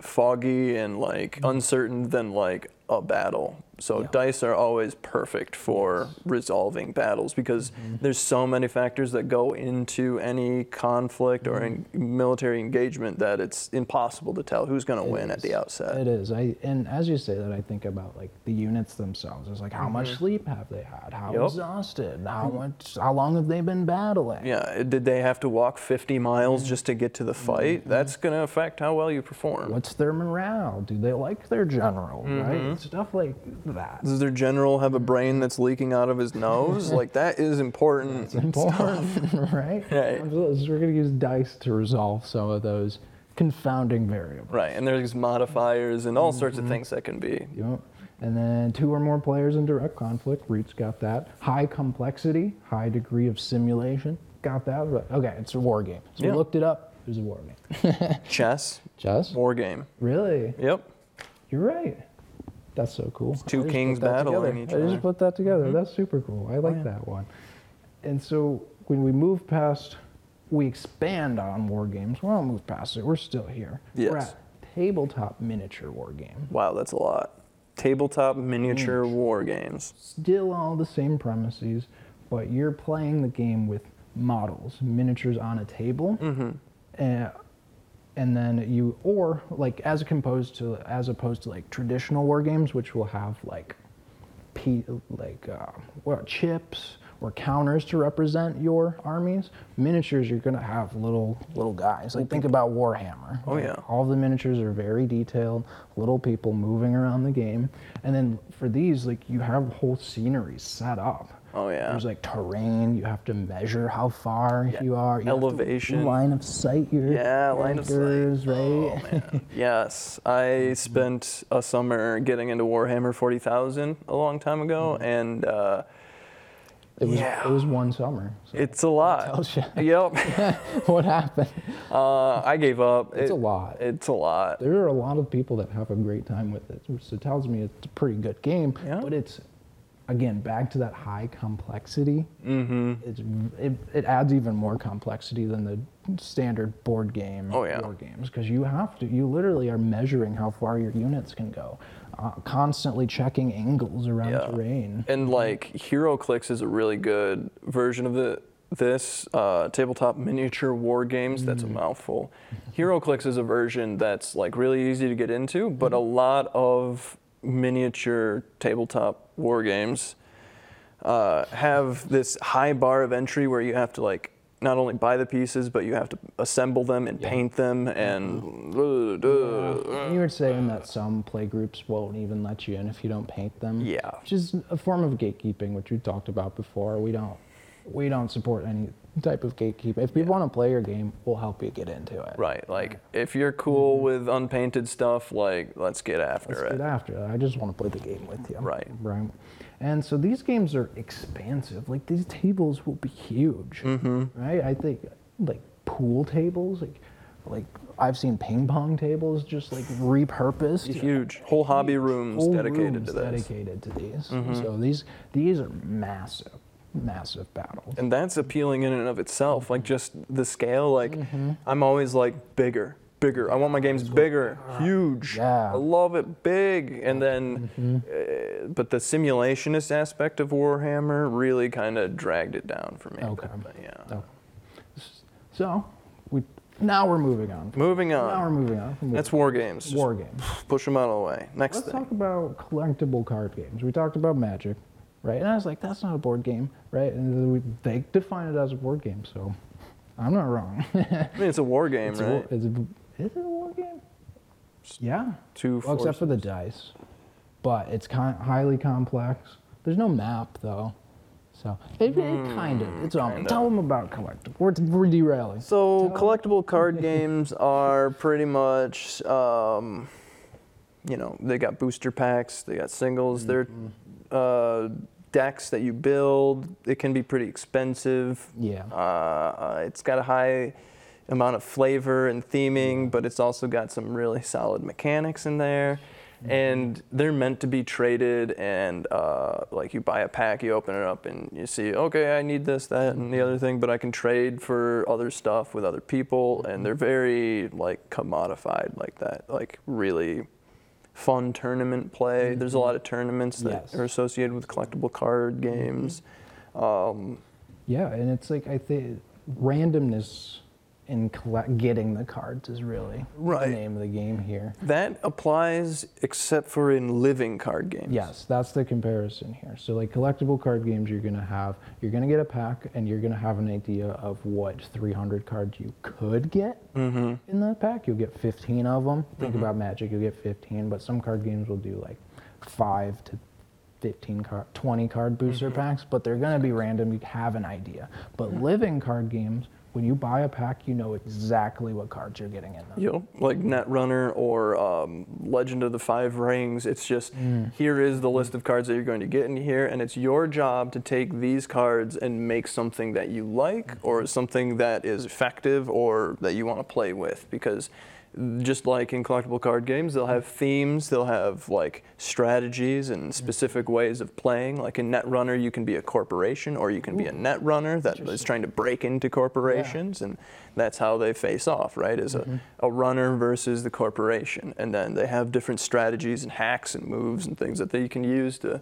Speaker 2: foggy and like uncertain than like a battle so
Speaker 1: Yeah.
Speaker 2: dice are always perfect for resolving battles because
Speaker 1: Mm-hmm.
Speaker 2: there's so many factors that go into any conflict or in
Speaker 1: Mm-hmm.
Speaker 2: military engagement that it's impossible to tell who's going to
Speaker 1: It
Speaker 2: win at
Speaker 1: is.
Speaker 2: the outset
Speaker 1: It is. I and as you say that, I think about like the units themselves. It's like how much sleep have they had? How
Speaker 2: Mm-hmm. Yup.
Speaker 1: exhausted? How much? How long have they been battling?
Speaker 2: yeah did they have to walk 50 miles just to get to the
Speaker 1: Mm-hmm.
Speaker 2: fight that's going to affect how well you perform
Speaker 1: What's their morale? Do they like their general?
Speaker 2: Mm-hmm.
Speaker 1: Right? Stuff like that.
Speaker 2: does their general have a brain that's leaking out of his nose like that is important
Speaker 1: Important, right?
Speaker 2: Right.
Speaker 1: Absolutely. So we're gonna use dice to resolve some of those confounding variables.
Speaker 2: Right, and there's modifiers and all sorts
Speaker 1: Mm-hmm.
Speaker 2: of things that can be.
Speaker 1: Yep. And then two or more players in direct conflict. Root's got that. High complexity, high degree of simulation. Got that. But- Okay, it's a war game. So
Speaker 2: Yeah.
Speaker 1: we looked it up. It was a war game.
Speaker 2: Chess,
Speaker 1: Chess?
Speaker 2: war game.
Speaker 1: Really?
Speaker 2: Yep.
Speaker 1: You're right. That's so cool.
Speaker 2: two
Speaker 1: I just put
Speaker 2: kings
Speaker 1: that
Speaker 2: battling
Speaker 1: together.
Speaker 2: each
Speaker 1: I
Speaker 2: other. Mm-hmm.
Speaker 1: just put that together. That's super cool. I like that one. And so when we move past, we expand on war games. We don't move past it. We're still here. We're
Speaker 2: Yes.
Speaker 1: at tabletop miniature war game.
Speaker 2: Wow, that's a lot. Tabletop miniature
Speaker 1: Mm.
Speaker 2: war games.
Speaker 1: still all the same premises, but you're playing the game with models, miniatures on a table, and, Eh, and then you or like as opposed to as opposed to like traditional war games, which will have like p like uh, what chips or counters to represent your armies. Miniatures, you're gonna have little little guys. Like think about Warhammer.
Speaker 2: Oh,
Speaker 1: Like,
Speaker 2: yeah.
Speaker 1: all the miniatures are very detailed, little people moving around the game. And then for these, like you have whole scenery set up.
Speaker 2: Oh, yeah.
Speaker 1: There's like terrain, you have to measure how far
Speaker 2: Yeah,
Speaker 1: you are. You have to
Speaker 2: elevation.
Speaker 1: line of sight your
Speaker 2: Yeah, line of sight. Oh,
Speaker 1: characters, right? Mm-hmm.
Speaker 2: yes, I spent a summer getting into Warhammer 40,000 a long time
Speaker 1: Mm-hmm.
Speaker 2: ago, and uh,
Speaker 1: it was
Speaker 2: Yeah.
Speaker 1: it was one summer. So
Speaker 2: it's a lot.
Speaker 1: tells ya.
Speaker 2: Yep.
Speaker 1: what happened?
Speaker 2: uh, I gave up.
Speaker 1: It's a lot.
Speaker 2: It's a lot.
Speaker 1: There are a lot of people that have a great time with it, which it tells me it's a pretty good game.
Speaker 2: Yeah.
Speaker 1: But it's again back to that high complexity. Mm-hmm. It's, it it adds even more complexity than the standard board game
Speaker 2: Oh, yeah.
Speaker 1: war games because you have to you literally are measuring how far your units can go, uh, constantly checking angles around
Speaker 2: Yeah.
Speaker 1: terrain.
Speaker 2: And like HeroClix is a really good version of the this uh, tabletop miniature war games. That's
Speaker 1: Mm.
Speaker 2: a mouthful. HeroClix is a version that's like really easy to get into, but
Speaker 1: Mm.
Speaker 2: a lot of miniature tabletop war games uh, have this high bar of entry where you have to like not only buy the pieces, but you have to assemble them and paint them and.
Speaker 1: And you were saying that some playgroups won't even let you in if you don't paint them.
Speaker 2: Yeah.
Speaker 1: Which is a form of gatekeeping, which we talked about before. We don't we don't support any type of gatekeeping. If you want to play your game, we'll help you get into it.
Speaker 2: Right. Like if you're cool with unpainted stuff, like let's get after
Speaker 1: Mm-hmm. Let's
Speaker 2: it.
Speaker 1: get after it. I just want to play the game with you.
Speaker 2: Right.
Speaker 1: Right. And so these games are expansive. Like these tables will be huge.
Speaker 2: Mm-hmm.
Speaker 1: Right. I think like pool tables, like like I've seen ping pong tables just like repurposed.
Speaker 2: Huge. Whole hobby rooms
Speaker 1: Whole
Speaker 2: dedicated
Speaker 1: rooms
Speaker 2: to this. Mm-hmm.
Speaker 1: Dedicated to these. So these these are massive, massive battles.
Speaker 2: And that's appealing in and of itself. Like just the scale. Like
Speaker 1: Mm-hmm.
Speaker 2: I'm always like bigger, bigger. I want my games bigger, huge.
Speaker 1: Yeah. Mm-hmm.
Speaker 2: I love it big. And then, uh, but the simulationist aspect of Warhammer really kind of dragged it down for me.
Speaker 1: Okay.
Speaker 2: But yeah.
Speaker 1: Okay. S- So we now we're moving on.
Speaker 2: Moving
Speaker 1: Now we're
Speaker 2: on.
Speaker 1: moving on. from
Speaker 2: That's war games. Just
Speaker 1: war games.
Speaker 2: Push them out of the way. Next
Speaker 1: Let's
Speaker 2: thing.
Speaker 1: talk about collectible card games. We talked about Magic, right? And I was like, that's not a board game, right? And then we, they define it as a board game, so I'm not wrong.
Speaker 2: I mean, it's a war game,
Speaker 1: It's a
Speaker 2: right?
Speaker 1: wa- it's a- is it a war game? Yeah.
Speaker 2: Two
Speaker 1: Well, except for the dice, but it's kind highly complex. There's no map though, so it, it kind of. It's all.
Speaker 2: kinda.
Speaker 1: Tell them about collectible. We're, we're derailing.
Speaker 2: So collectible card games are pretty much, um, you know, they got booster packs, they got singles, they're uh, decks that you build. It can be pretty expensive.
Speaker 1: Yeah.
Speaker 2: Uh, it's got a high amount of flavor and theming, but it's also got some really solid mechanics in there. And they're meant to be traded, and uh, like you buy a pack, you open it up, and you see, okay, I need this, that, and the other thing, but I can trade for other stuff with other people, and they're very like commodified like that, like really fun tournament play. There's a lot of tournaments that
Speaker 1: Mm-hmm. Yes. Mm-hmm.
Speaker 2: are associated with collectible card games. Um,
Speaker 1: Yeah, and it's like I think randomness in collect- getting the cards is really
Speaker 2: Right.
Speaker 1: the name of the game here.
Speaker 2: That applies except for in living card games.
Speaker 1: Yes, that's the comparison here. So like collectible card games, you're gonna have you're gonna get a pack, and you're gonna have an idea of what 300 cards you could get in that pack. You'll get 15 of them. Think about Magic, you'll get 15, but some card games will do like five to 15 card, 20 card booster packs, but they're gonna be random. You have an idea. But living card games, when you buy a pack, you know exactly what cards you're getting in them.
Speaker 2: You know, like Netrunner or um, Legend of the Five Rings. It's just here is the list of cards that you're going to get in here, and it's your job to take these cards and make something that you like or something that is effective or that you want to play with. Because just like in collectible card games, they'll have themes, they'll have like strategies and specific ways of playing. Like in Netrunner, you can be a corporation or you can be a Netrunner that is trying to break into corporations corporations, and that's how they face off, right? Is
Speaker 1: Mm-hmm.
Speaker 2: a, a runner versus the corporation, and then they have different strategies and hacks and moves and things that they can use to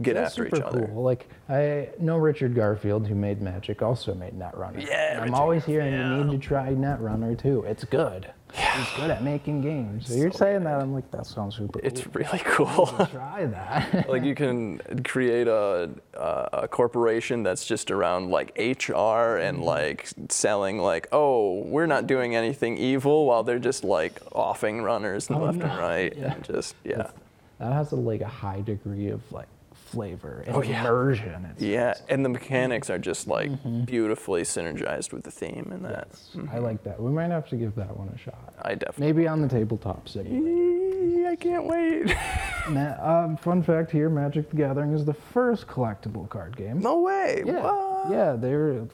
Speaker 2: get
Speaker 1: That's
Speaker 2: after each
Speaker 1: super
Speaker 2: other.
Speaker 1: Cool. Like I know Richard Garfield, who made Magic, also made Netrunner.
Speaker 2: Yeah,
Speaker 1: And I'm
Speaker 2: Richard
Speaker 1: always hearing you need to try Netrunner too. It's good. He's good at making games. So you're saying that, I'm like, that sounds super.
Speaker 2: It's
Speaker 1: cool.
Speaker 2: really cool.
Speaker 1: try that.
Speaker 2: like you can create a, a, a corporation that's just around like HR
Speaker 1: Mm-hmm.
Speaker 2: and like selling like oh we're not doing anything evil while they're just like offing runners
Speaker 1: Oh,
Speaker 2: and left and right and just yeah
Speaker 1: that has a, like a high degree of like flavor and
Speaker 2: Oh, yeah.
Speaker 1: immersion. It's,
Speaker 2: yeah and the mechanics are just like
Speaker 1: Mm-hmm.
Speaker 2: beautifully synergized with the theme and that
Speaker 1: I like that. We might have to give that one a shot.
Speaker 2: I definitely.
Speaker 1: Maybe on the tabletop simulator.
Speaker 2: I can't wait.
Speaker 1: Ma- um, fun fact here: Magic: The Gathering is the first collectible card game.
Speaker 2: no way.
Speaker 1: Yeah,
Speaker 2: What?
Speaker 1: yeah, they're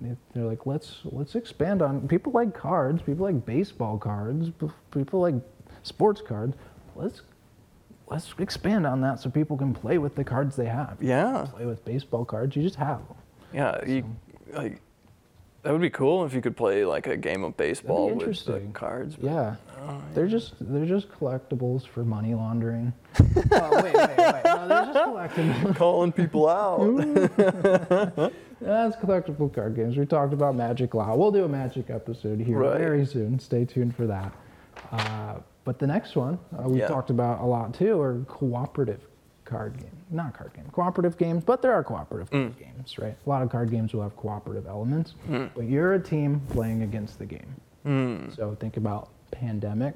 Speaker 1: they- they're like let's let's expand on people like cards, people like baseball cards, p- people like sports cards. Let's let's expand on that so people can play with the cards they have.
Speaker 2: Yeah.
Speaker 1: play with baseball cards, you just have them.
Speaker 2: Yeah. You, like, that would be cool if you could play like a game of baseball with the
Speaker 1: interesting.
Speaker 2: cards. but-
Speaker 1: Yeah, they're just they're just collectibles for money laundering. oh, wait, wait, wait! No, they're just collectibles.
Speaker 2: Calling people out.
Speaker 1: That's collectible card games. We talked about Magic Law. We'll do a Magic episode here
Speaker 2: Right.
Speaker 1: very soon. Stay tuned for that. Uh, but the next one uh, we
Speaker 2: Yeah.
Speaker 1: talked about a lot too are cooperative card games. Not card game, cooperative games, but there are cooperative
Speaker 2: Mm.
Speaker 1: card games, right? A lot of card games will have cooperative elements,
Speaker 2: Mm.
Speaker 1: but you're a team playing against the game. So think about Pandemic.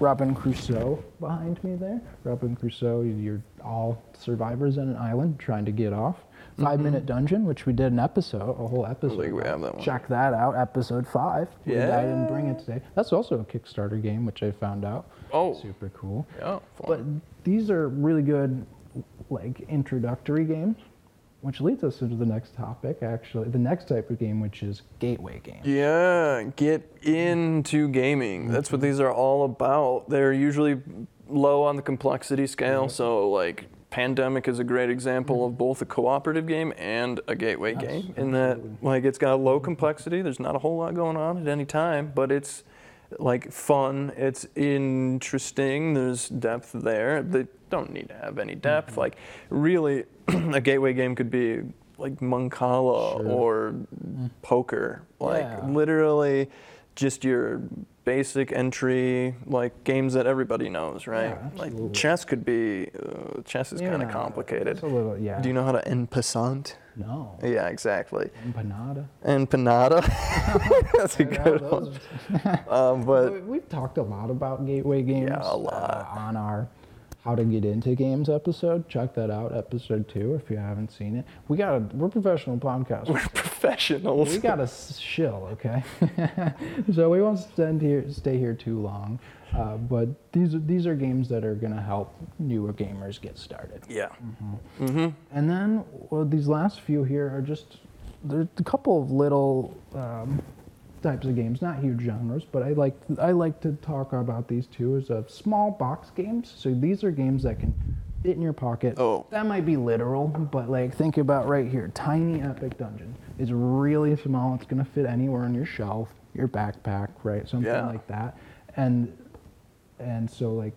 Speaker 1: Robin Crusoe behind me there. Robin Crusoe, you're all survivors on an island trying to get off.
Speaker 2: Mm-hmm.
Speaker 1: Five Minute Dungeon, which we did an episode, a whole episode.
Speaker 2: we
Speaker 1: on.
Speaker 2: have that one.
Speaker 1: Check that out, episode five. We- I didn't bring
Speaker 2: Yeah.
Speaker 1: it today. That's also a Kickstarter game, which I found out.
Speaker 2: Oh.
Speaker 1: Super cool.
Speaker 2: Yeah,
Speaker 1: But
Speaker 2: fun.
Speaker 1: these are really good, like introductory games, which leads us into the next topic. Actually, the next type of game, which is gateway games.
Speaker 2: yeah, get into gaming. That's what these are all about. They're usually low on the complexity scale, so like Pandemic is a great example of both a cooperative game and a gateway game in that like it's got low complexity, there's not a whole lot going on at any time, but it's like fun, it's interesting, there's depth there. They don't need to have any depth.
Speaker 1: Mm-hmm.
Speaker 2: Like really a gateway game could be like Moncala
Speaker 1: Sure. Mm.
Speaker 2: or poker. Like
Speaker 1: Yeah.
Speaker 2: literally just your basic entry like games that everybody knows, right?
Speaker 1: Yeah, absolutely.
Speaker 2: like chess could be uh, chess is kind
Speaker 1: Yeah,
Speaker 2: of complicated.
Speaker 1: It's a little, yeah.
Speaker 2: Do you know how to en passant?
Speaker 1: No.
Speaker 2: Yeah, exactly.
Speaker 1: Empanada.
Speaker 2: Empanada. That's a
Speaker 1: Yeah,
Speaker 2: good one.
Speaker 1: those-
Speaker 2: Um, but
Speaker 1: We- We've talked a lot about gateway games.
Speaker 2: Yeah, a lot.
Speaker 1: uh, on our how to get into games episode. Check that out, episode two, if you haven't seen it. We got a we're professional podcasters.
Speaker 2: we're professionals.
Speaker 1: we got to shill, okay? so we won't stand here, stay here too long. Uh, but these are these are games that are gonna help newer gamers get started.
Speaker 2: yeah.
Speaker 1: Mm-hmm. And then well, these last few here are just there's a couple of little um, types of games, not huge genres, but I like I like to talk about these two as a small box games. So these are games that can fit in your pocket.
Speaker 2: Oh.
Speaker 1: That might be literal, but like think about right here, tiny epic dungeon. It's really small. It's gonna fit anywhere on your shelf, your backpack, right? Something
Speaker 2: Yeah.
Speaker 1: like that. And and so like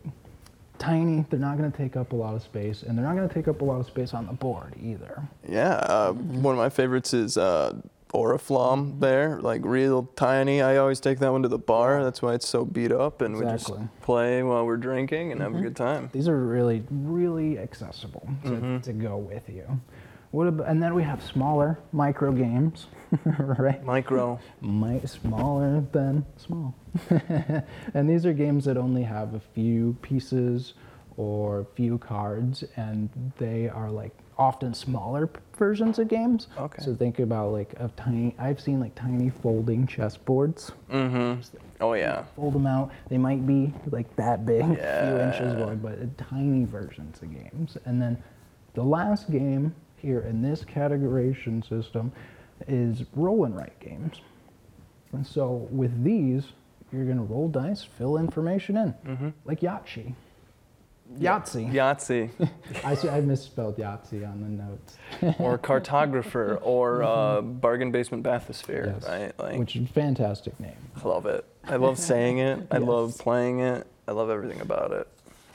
Speaker 1: tiny they're not going to take up a lot of space and they're not going to take up a lot of space on the board either
Speaker 2: Yeah, uh, one of my favorites is uh, Oriflamme there, like real tiny. I always take that one to the bar. That's why it's so beat up, and we
Speaker 1: Exactly. Mm-hmm.
Speaker 2: just play while we're drinking and have a good time.
Speaker 1: these are really really accessible to, to go with you what about, and then we have smaller micro games right
Speaker 2: Micro.
Speaker 1: might smaller than small. and these are games that only have a few pieces or few cards, and they are like often smaller p- versions of games.
Speaker 2: Okay.
Speaker 1: So think about like a tiny. I've seen like tiny folding chessboards.
Speaker 2: Oh yeah.
Speaker 1: Fold them out. They might be like that big, a few inches
Speaker 2: Yeah.
Speaker 1: wide, but uh, tiny versions of games. And then the last game here in this categorization system is roll and write games. And so with these, you're going to roll dice, fill information in,
Speaker 2: Mm-hmm.
Speaker 1: like Yahtzee. Yahtzee.
Speaker 2: Yahtzee,
Speaker 1: I, see- I misspelled Yahtzee on the notes.
Speaker 2: or cartographer, or uh, bargain basement bathysphere,
Speaker 1: Mm-hmm. Yes.
Speaker 2: right? Like,
Speaker 1: Which is a fantastic name.
Speaker 2: I love it. I love saying it. I love
Speaker 1: Yes.
Speaker 2: playing it. I love everything about it.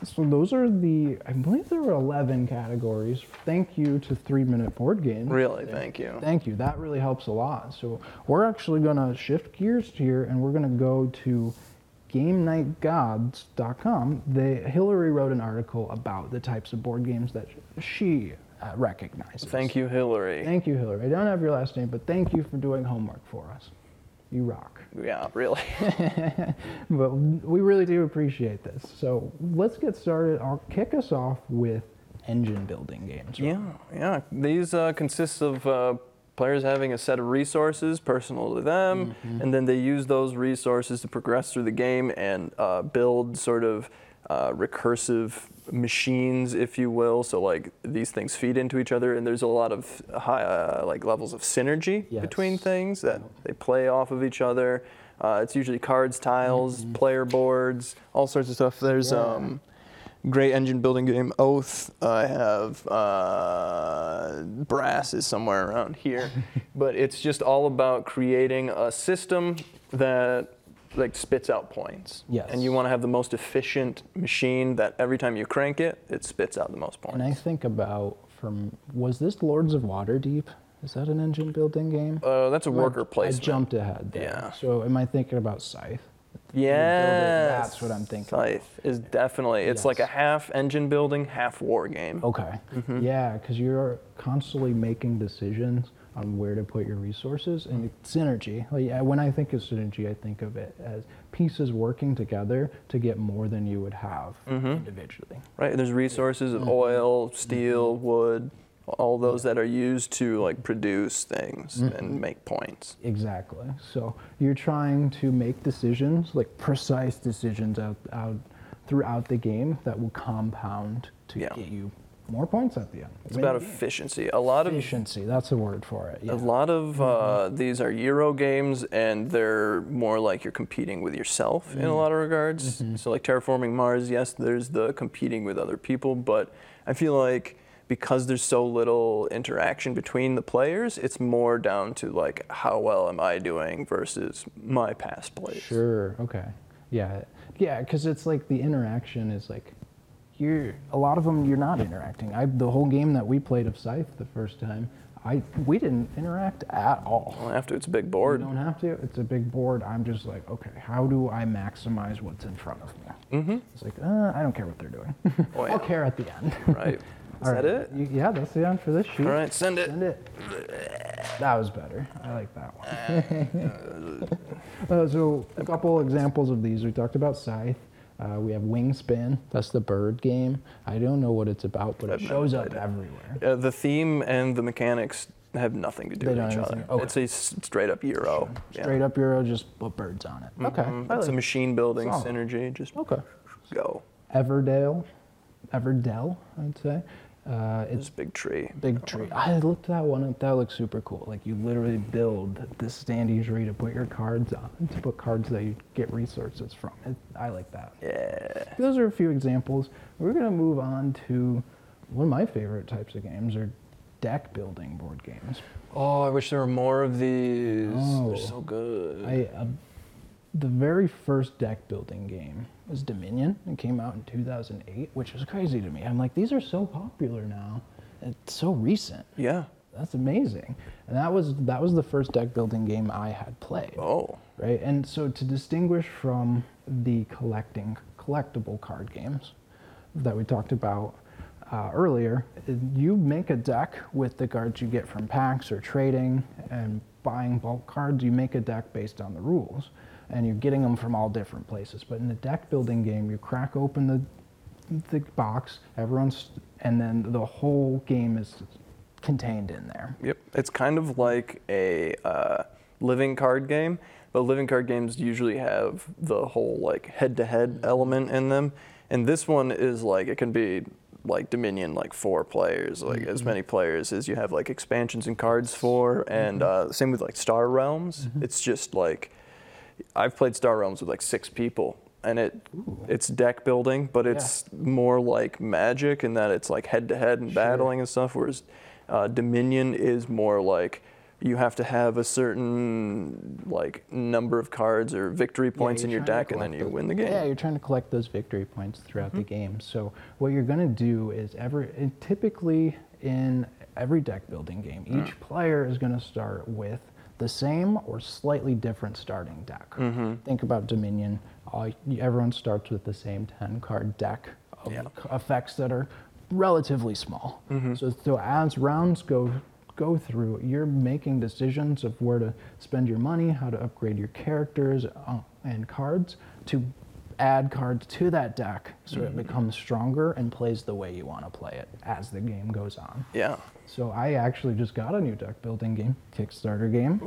Speaker 1: So those are the, I believe there were 11 categories. Thank you to Three Minute Board Game.
Speaker 2: Really, thank you.
Speaker 1: Thank you. That really helps a lot. So we're actually going to shift gears here and we're going to go to GameNightGods.com. They Hillary wrote an article about the types of board games that she uh, recognizes.
Speaker 2: Thank you, Hillary.
Speaker 1: Thank you, Hillary. I don't have your last name, but thank you for doing homework for us. You rock.
Speaker 2: Yeah, really.
Speaker 1: But we really do appreciate this. So let's get started. I'll kick us off with engine building games.
Speaker 2: Yeah, yeah. These uh, consist of uh, players having a set of resources personal to them,
Speaker 1: Mm-hmm.
Speaker 2: and then they use those resources to progress through the game and uh, build sort of uh, recursive machines, if you will. So like these things feed into each other, and there's a lot of high uh, like levels of synergy between
Speaker 1: Yes.
Speaker 2: things that they play off of each other. Uh, it's usually cards, tiles, player boards, all sorts of stuff. There's
Speaker 1: Mm-hmm. Yeah.
Speaker 2: um, great engine building game Oath. I have uh, Brass is somewhere around here, but it's just all about creating a system that like spits out points.
Speaker 1: Yes.
Speaker 2: And you want to have the most efficient machine that every time you crank it, it spits out the most points.
Speaker 1: And I think about from was this Lords of Waterdeep? Is that an engine building game?
Speaker 2: uh, that's a
Speaker 1: Well,
Speaker 2: worker placement.
Speaker 1: I jumped ahead there.
Speaker 2: Yeah.
Speaker 1: So am I thinking about Scythe?
Speaker 2: Yeah,
Speaker 1: That's what I'm thinking.
Speaker 2: Scythe is definitely it's like a
Speaker 1: Yes. Oh.
Speaker 2: half engine building, half war game.
Speaker 1: Okay.
Speaker 2: Mm-hmm.
Speaker 1: Yeah, because you're constantly making decisions on where to put your resources and it's synergy. Like, yeah, when I think of synergy, I think of it as pieces working together to get more than
Speaker 2: Mm-hmm.
Speaker 1: you would have individually. Mm-hmm.
Speaker 2: Right? There's resources of oil, steel, wood, all those that are used to like produce things
Speaker 1: Mm-hmm.
Speaker 2: and make points.
Speaker 1: Exactly. So you're trying to make decisions, like precise decisions out, out throughout the game that will compound to
Speaker 2: Yeah.
Speaker 1: get you more points at the end.
Speaker 2: It's about efficiency. A lot of
Speaker 1: efficiency. That's the word for it.
Speaker 2: a
Speaker 1: Yeah. Mm-hmm.
Speaker 2: lot of uh, these are Euro games, and they're more like you're competing with yourself in
Speaker 1: Mm.
Speaker 2: a lot of regards.
Speaker 1: Mm-hmm.
Speaker 2: So, like terraforming Mars, yes, there's the competing with other people, but I feel like because there's so little interaction between the players, it's more down to like how well am I doing versus my past plays.
Speaker 1: Sure. Okay. Yeah. Yeah. Because it's like the interaction is like you're a lot of them you're not interacting. I the whole game that we played of Scythe the first time, I we didn't interact at all.
Speaker 2: Well, after it's a big
Speaker 1: You
Speaker 2: board,
Speaker 1: don't have to. It's a big board. I'm just like, okay, how do I maximize what's in front of me? Mm-hmm. It's like, uh, I don't care what they're doing.
Speaker 2: Oh, yeah.
Speaker 1: I'll care at the end.
Speaker 2: right? Is
Speaker 1: All right.
Speaker 2: that it?
Speaker 1: You- yeah, that's the end for this shoot.
Speaker 2: All right, send it.
Speaker 1: Send it. That was better. I like that one. uh, so a couple examples of these. We talked about Scythe. Uh, we have Wingspan. That's the bird game. I don't know what it's about, but it
Speaker 2: I've never
Speaker 1: shows up
Speaker 2: played it.
Speaker 1: everywhere.
Speaker 2: Uh, the theme and the mechanics have nothing to do
Speaker 1: They
Speaker 2: with
Speaker 1: don't
Speaker 2: each
Speaker 1: have
Speaker 2: other.
Speaker 1: anything- okay.
Speaker 2: It's a s- straight up Euro. Yeah.
Speaker 1: Straight up Euro, just put birds on it. Okay.
Speaker 2: Mm,
Speaker 1: I
Speaker 2: it's a
Speaker 1: like-
Speaker 2: machine building
Speaker 1: Solid.
Speaker 2: synergy. Just
Speaker 1: okay.
Speaker 2: go.
Speaker 1: Everdale, Everdell, I'd say. Uh,
Speaker 2: It's
Speaker 1: it's
Speaker 2: a big tree.
Speaker 1: big tree. I looked that one up. That looks super cool. Like you literally build this standee tree to put your cards on, to put cards that you get resources from. It, I like that.
Speaker 2: Yeah.
Speaker 1: Those are a few examples. We're gonna move on to one of my favorite types of games are deck building board games.
Speaker 2: Oh, I wish there were more of these.
Speaker 1: Oh.
Speaker 2: They're so good.
Speaker 1: I uh, the very first deck building game was Dominion. It came out in 2008, which was crazy to me. I'm like, these are so popular now. It's so recent.
Speaker 2: yeah.
Speaker 1: That's amazing. And that was that was the first deck building game I had played.
Speaker 2: Oh.
Speaker 1: Right? And so to distinguish from the collecting collectible card games that we talked about uh, earlier, you make a deck with the cards you get from packs or trading and buying bulk cards. You make a deck based on the rules, and you're getting them from all different places. But in a deck building game, you crack open the the box, everyone's, and then the whole game is contained in there.
Speaker 2: Yep. It's kind of like a uh, living card game, but living card games usually have the whole like head-to-head element in them, and this one is like it can be like Dominion, like four players, like as
Speaker 1: Mm-hmm.
Speaker 2: many players as you have like expansions and cards for, and
Speaker 1: Mm-hmm.
Speaker 2: uh, same with like Star Realms. It's just like I've played Star Realms with like six people, and it it's deck building, but it's more like Magic in that it's like head to head and battling and stuff. Whereas uh, Dominion is more like you have to have a certain like number of cards or victory
Speaker 1: Yeah,
Speaker 2: points
Speaker 1: you're
Speaker 2: in your
Speaker 1: trying to
Speaker 2: deck, and then
Speaker 1: collect
Speaker 2: you
Speaker 1: those-
Speaker 2: win the game.
Speaker 1: Yeah, you're trying to collect those victory points throughout the game. So what you're going to do is every and typically in every deck building game, each player is going to start with the same or slightly different starting deck. Think about Dominion. All, everyone starts with the same 10 card deck of
Speaker 2: Yeah.
Speaker 1: c- effects that are relatively small. So, so as rounds go go through, you're making decisions of where to spend your money, how to upgrade your characters uh, and cards to add cards to that deck so it becomes stronger and plays the way you want to play it as the game goes on.
Speaker 2: yeah.
Speaker 1: So I actually just got a new deck building game, Kickstarter game.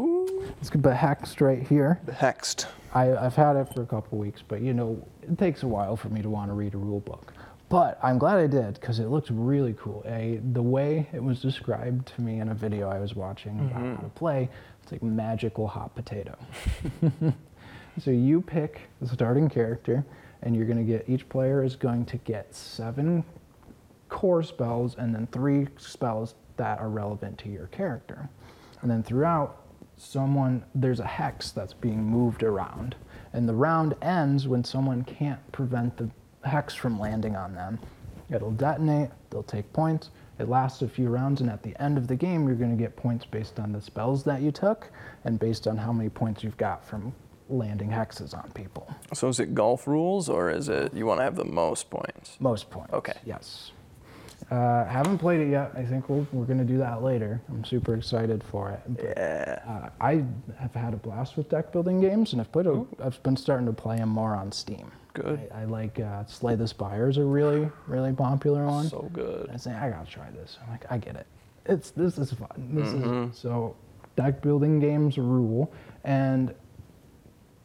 Speaker 1: It's behexed right here.
Speaker 2: Hexed.
Speaker 1: I, I've had it for a couple weeks, but you know, it takes a while for me to want to read a rule book. But I'm glad I did because it looked really cool. I, the way it was described to me in a video I was watching about how to play, it's like magical hot potato. so you pick the starting character, and you're going to get each player is going to get seven core spells and then three spells that are relevant to your character. And then throughout, someone there's a hex that's being moved around. And the round ends when someone can't prevent the hex from landing on them. It'll detonate, they'll take points. It lasts a few rounds, and at the end of the game, you're going to get points based on the spells that you took and based on how many points you've got from landing hexes on people.
Speaker 2: So is it golf rules, or is it you want to have the most points?
Speaker 1: Most points.
Speaker 2: Okay.
Speaker 1: Yes. Uh, haven't played it yet. I think we'll, we're going to do that later. I'm super excited for it. But,
Speaker 2: Yeah.
Speaker 1: uh, I have had a blast with deck building games, and I've put a, I've been starting to play them more on Steam.
Speaker 2: Good.
Speaker 1: I, I like uh, Slay the Spire is a really really popular one.
Speaker 2: So good.
Speaker 1: I say I gotta try this. I'm like I get it. it's this is fun. This
Speaker 2: Mm-hmm.
Speaker 1: is so deck building games rule, and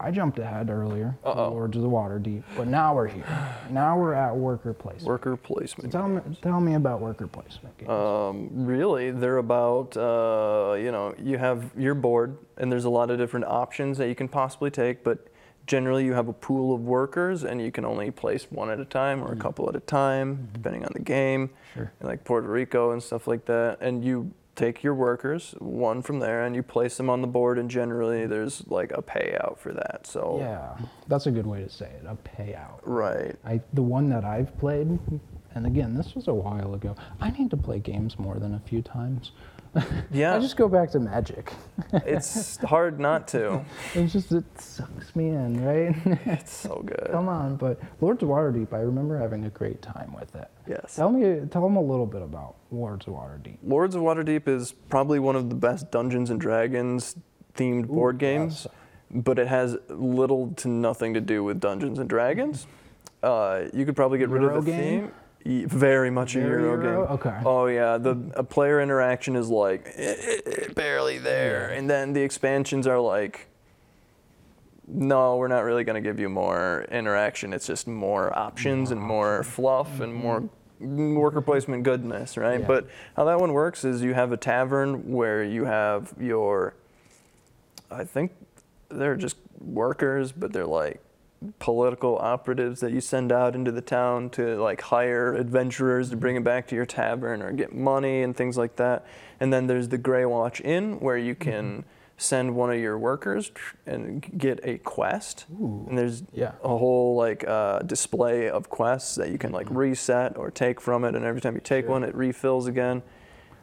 Speaker 1: I jumped ahead earlier,
Speaker 2: Uh-oh.
Speaker 1: Lords of the Water Deep, but now we're here. Now we're at worker placement.
Speaker 2: Worker placement.
Speaker 1: Tell me, tell me about worker placement games.
Speaker 2: Um, really, they're about uh, you know you have your board, and there's a lot of different options that you can possibly take, but generally you have a pool of workers, and you can only place one at a time or a couple at a time, depending on the game,
Speaker 1: Mm-hmm. Sure.
Speaker 2: and like Puerto Rico and stuff like that. And you take your workers one from there, and you place them on the board, and generally there's like a payout for that.
Speaker 1: Mm-hmm.
Speaker 2: So
Speaker 1: yeah, that's a good way to say it. A payout.
Speaker 2: right,
Speaker 1: I the one that I've played, and again, this was a while ago. I need to play games more than a few times.
Speaker 2: Yeah.
Speaker 1: I just go back to Magic.
Speaker 2: it's hard not to.
Speaker 1: it's just it sucks me in, right?
Speaker 2: It's so good.
Speaker 1: Come on, but Lords of Waterdeep, I remember having a great time with it.
Speaker 2: Yes.
Speaker 1: Tell me, tell them a little bit about Lords of Waterdeep.
Speaker 2: Lords of Waterdeep is probably one of the best Dungeons and Dragons themed board games, but it has little to nothing to do with Dungeons and Dragons. Uh, you could probably get rid
Speaker 1: Euro
Speaker 2: of the
Speaker 1: game?
Speaker 2: theme. Y- Very much a
Speaker 1: Very
Speaker 2: Euro,
Speaker 1: Euro?
Speaker 2: game.
Speaker 1: Okay.
Speaker 2: Oh yeah, the a player interaction is like eh, barely there, and then the expansions are like, no, we're not really going to give you more interaction. It's just more options and more fluff and more worker placement goodness, right?
Speaker 1: Yeah.
Speaker 2: But how that one works is you have a tavern where you have your, I think they're just workers, but they're like political operatives that you send out into the town to like hire adventurers to bring them back to your tavern or get money and things like that. And then there's the Grey Watch Inn where you can send one of your workers and get a quest. And there's
Speaker 1: yeah.
Speaker 2: a whole like uh, display of quests that you can
Speaker 1: Mm-hmm.
Speaker 2: like reset or take from it, and every time you take one, it refills again.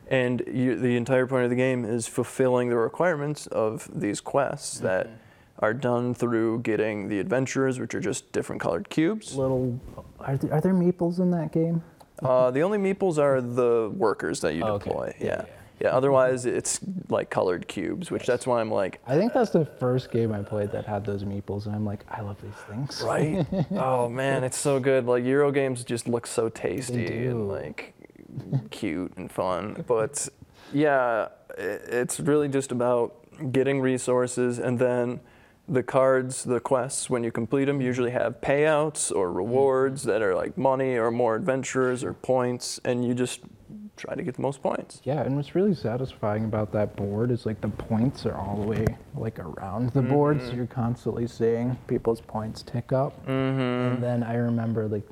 Speaker 2: And you, the entire point of the game is fulfilling the requirements of these quests that
Speaker 1: Mm-hmm.
Speaker 2: are done through getting the adventurers, which are just different colored cubes.
Speaker 1: Little, are there, are there meeples in that game?
Speaker 2: Uh, the only meeples are the workers that you
Speaker 1: Oh, okay.
Speaker 2: deploy.
Speaker 1: Yeah,
Speaker 2: Yeah.
Speaker 1: yeah, Mm-hmm.
Speaker 2: yeah. otherwise it's like colored cubes, which that's why I'm like,
Speaker 1: I think that's the first game I played that had those meeples, and I'm like, I love these things.
Speaker 2: right? oh man, it's so good. Like Euro games just look so tasty
Speaker 1: do.
Speaker 2: and like cute and fun. But yeah, i- it's really just about getting resources and then the cards, the quests when you complete them usually have payouts
Speaker 1: Hmm.
Speaker 2: or rewards that are like money or more adventurers or points and you just try to get the most points.
Speaker 1: Yeah, and what's really satisfying about that board is like the points are all the way like around the board, so you're constantly seeing people's points tick up. And then I remember like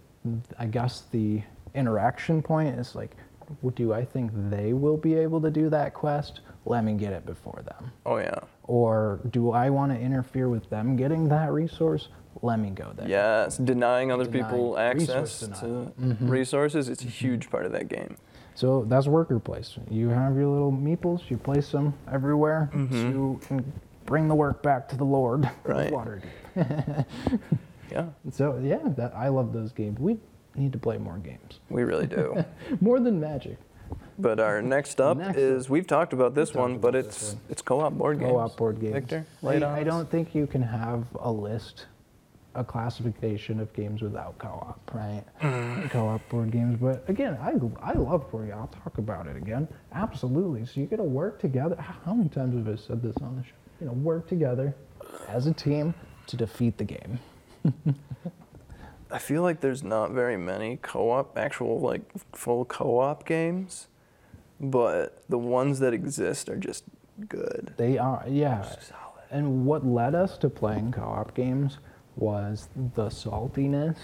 Speaker 1: I guess the interaction point is like, w- do I think they will be able to do that quest? Let me get it before them.
Speaker 2: Oh yeah.
Speaker 1: Or do I want to interfere with them getting that resource? Let me go there.
Speaker 2: Yes, denying other
Speaker 1: Denying-
Speaker 2: people
Speaker 1: resource
Speaker 2: access
Speaker 1: denial. Mm-hmm.
Speaker 2: to resources, it's a huge part of that game.
Speaker 1: So that's worker placement. You have your little meeples, you place them everywhere to en- bring the work back to the Lord.
Speaker 2: Right.
Speaker 1: Waterdeep.
Speaker 2: Yeah,
Speaker 1: So yeah, that, I love those games. We need to play more games,
Speaker 2: we really do.
Speaker 1: more than Magic.
Speaker 2: But our next up
Speaker 1: Next
Speaker 2: is we've talked about this
Speaker 1: talked
Speaker 2: one,
Speaker 1: about
Speaker 2: but
Speaker 1: this
Speaker 2: it's
Speaker 1: one.
Speaker 2: it's co-op board games.
Speaker 1: Co-op board games.
Speaker 2: Victor,
Speaker 1: I,
Speaker 2: lay it on
Speaker 1: I
Speaker 2: us.
Speaker 1: don't think you can have a list, a classification of games without co-op, right? co-op board games. But again, I I love board. games. I'll talk about it again. Absolutely. So you got to work together. How how many times have I said this on the show? You know, work together as a team to defeat the game.
Speaker 2: I feel like there's not very many co-op actual like full co-op games, but the ones that exist are just good.
Speaker 1: They are, yeah.
Speaker 2: Solid.
Speaker 1: And what led us to playing co-op games was the saltiness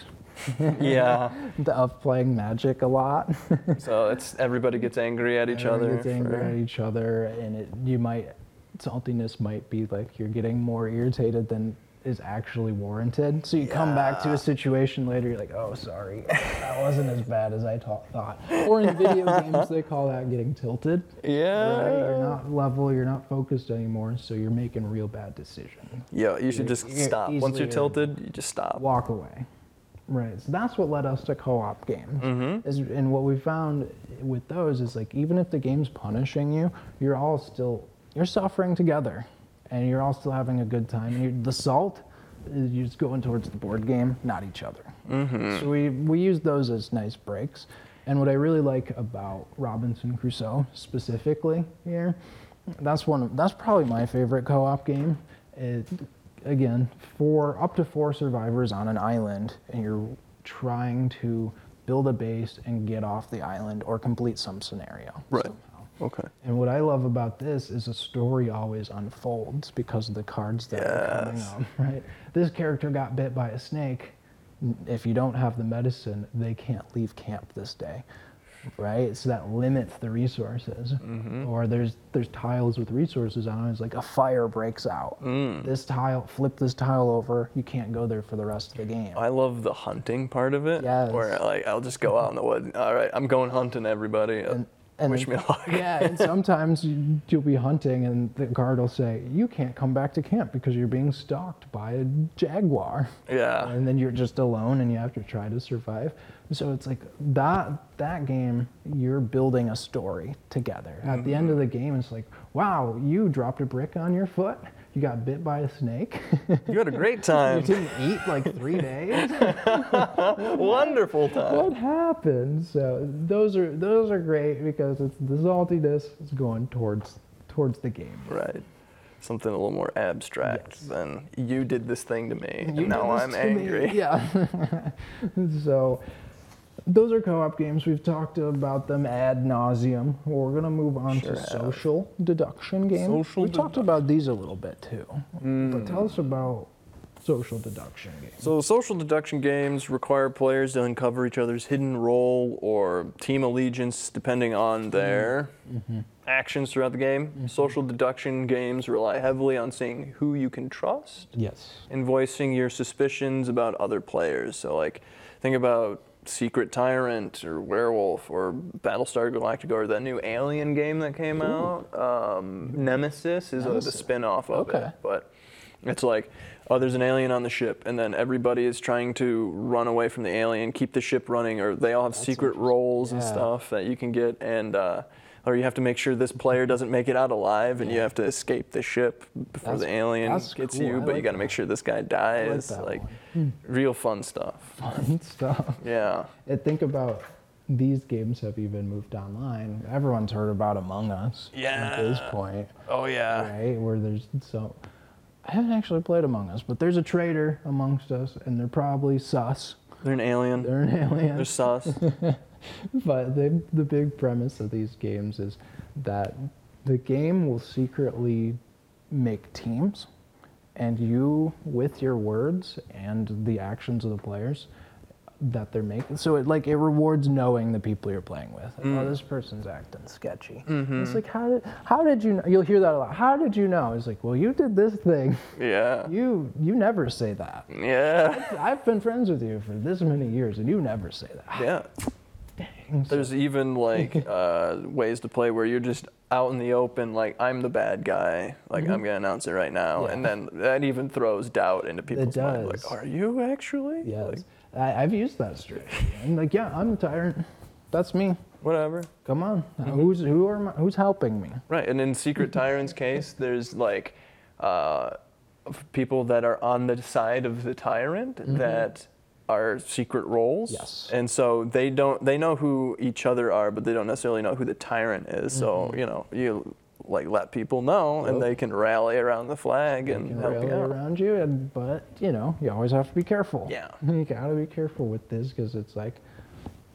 Speaker 2: yeah.
Speaker 1: of playing Magic a lot.
Speaker 2: So it's everybody gets angry at each
Speaker 1: Everyone
Speaker 2: other.
Speaker 1: gets angry
Speaker 2: for-
Speaker 1: at each other, and it, you might saltiness might be like you're getting more irritated than is actually warranted. So you come back to a situation later, you're like, oh, sorry, that wasn't as bad as I ta- thought. Or in video games, they call that getting tilted.
Speaker 2: Yeah.
Speaker 1: Right? You're not level, you're not focused anymore, so you're making real bad decisions.
Speaker 2: Yeah, you should just
Speaker 1: You're
Speaker 2: stop. Once
Speaker 1: easily
Speaker 2: you're
Speaker 1: irritated.
Speaker 2: tilted, you just stop.
Speaker 1: walk away. Right. So that's what led us to co-op games. Is, and what we found with those is like even if the game's punishing you, you're all still you're suffering together, and you're all still having a good time. And you're, the salt is you're just going towards the board game, not each other. So we we use those as nice breaks. And what I really like about Robinson Crusoe specifically here, that's one. Of, that's probably my favorite co-op game. It, again, four up to four survivors on an island, and you're trying to build a base and get off the island or complete some scenario.
Speaker 2: Right.
Speaker 1: somehow.
Speaker 2: Okay.
Speaker 1: And what I love about this is the story always unfolds because of the cards that
Speaker 2: Yes.
Speaker 1: are coming up, right? This character got bit by a snake. If you don't have the medicine, they can't leave camp this day, right? So that limits the resources.
Speaker 2: Mm-hmm.
Speaker 1: Or there's there's tiles with resources on it. It's like a fire breaks out.
Speaker 2: Mm.
Speaker 1: This tile, flip this tile over. You can't go there for the rest of the game.
Speaker 2: I love the hunting part of it.
Speaker 1: Yes.
Speaker 2: Where like I'll just go out in the woods. All right, I'm going hunting, everybody. And, Wish me luck.
Speaker 1: yeah, and sometimes you- you'll be hunting, and the guard will say, "You can't come back to camp because you're being stalked by a jaguar."
Speaker 2: Yeah.
Speaker 1: And then you're just alone, and you have to try to survive. So it's like that that game, you're building a story together. At the end of the game, it's like, "Wow, you dropped a brick on your foot. You got bit by a snake.
Speaker 2: You had a great
Speaker 1: you
Speaker 2: time.
Speaker 1: didn't eat like three days."
Speaker 2: Wonderful time.
Speaker 1: what happened? So those are those are great because it's the saltiness is going towards towards the game.
Speaker 2: Right. Something a little more abstract than you did this thing to me, and now
Speaker 1: did this to
Speaker 2: I'm
Speaker 1: me."
Speaker 2: angry.
Speaker 1: Yeah. so those are co-op games. We've talked about them ad nauseum. We're gonna move on
Speaker 2: Sure
Speaker 1: to
Speaker 2: have.
Speaker 1: social deduction games.
Speaker 2: Social Hmm.
Speaker 1: we talked about these a little bit too. But tell us about social deduction games.
Speaker 2: So, social deduction games require players to uncover each other's hidden role or team allegiance depending
Speaker 1: Mm-hmm.
Speaker 2: on their actions throughout the game. Social deduction games rely heavily on seeing who you can trust
Speaker 1: Yes.
Speaker 2: and voicing your suspicions about other players. So, like, think about Secret Tyrant or Werewolf or Battlestar Galactica or that new Alien game that came out. Um, Nemesis is a, the
Speaker 1: Nemesis.
Speaker 2: spin off of
Speaker 1: Okay.
Speaker 2: it. But it's like, oh, there's an alien on the ship, and then everybody is trying to run away from the alien, keep the ship running, or they all have secret roles and
Speaker 1: Yeah.
Speaker 2: stuff that you can get. and uh, or you have to make sure this player doesn't make it out alive, and you have to escape the ship before
Speaker 1: That's-
Speaker 2: the alien
Speaker 1: that's
Speaker 2: gets
Speaker 1: cool.
Speaker 2: you.
Speaker 1: I
Speaker 2: But you
Speaker 1: like
Speaker 2: got to make sure this guy dies.
Speaker 1: that
Speaker 2: Like,
Speaker 1: one. Hmm.
Speaker 2: real fun stuff.
Speaker 1: Fun stuff.
Speaker 2: Yeah.
Speaker 1: And think about these games have even moved online. Everyone's heard about Among Us at this
Speaker 2: Yeah.
Speaker 1: point,
Speaker 2: Oh yeah.
Speaker 1: right? Where there's so I haven't actually played Among Us, but there's a traitor amongst us, and they're probably sus.
Speaker 2: They're an alien. They're,
Speaker 1: They're an alien,
Speaker 2: sus.
Speaker 1: but the the big premise of these games is that the game will secretly make teams, and you with your words and the actions of the players that they're making. So it like it rewards knowing the people you're playing with. Oh, this person's acting sketchy. It's like how did how did you know? You'll hear that a lot. How did you know? It's like well, you did this thing.
Speaker 2: yeah.
Speaker 1: You you never say that.
Speaker 2: Yeah.
Speaker 1: I've been friends with you for this many years, and you never say that.
Speaker 2: Yeah.
Speaker 1: And so-
Speaker 2: There's even like uh, ways to play where you're just out in the open, like I'm the bad guy, like
Speaker 1: Mm-hmm.
Speaker 2: I'm gonna announce it right now, and then that even throws doubt into people's minds.
Speaker 1: does.
Speaker 2: Like, are you actually?
Speaker 1: Yes.
Speaker 2: Like,
Speaker 1: I, I've used that strategy. I'm like, yeah, I'm the tyrant. That's me.
Speaker 2: whatever.
Speaker 1: Come on.
Speaker 2: Mm-hmm.
Speaker 1: Who's who are my, who's helping me?
Speaker 2: Right, and in Secret Tyrant's case, there's like uh, f- people that are on the side of the tyrant that are secret roles.
Speaker 1: Mm-hmm. Yes.
Speaker 2: And so they don't they know who each other are, but they don't necessarily know who the tyrant is. So
Speaker 1: Mm-hmm.
Speaker 2: you know you like let people know, and they can rally around the flag
Speaker 1: You
Speaker 2: and
Speaker 1: can
Speaker 2: help
Speaker 1: rally
Speaker 2: you out.
Speaker 1: around you, and but you know, you always have to be careful.
Speaker 2: Yeah.
Speaker 1: You gotta be careful with this because it's like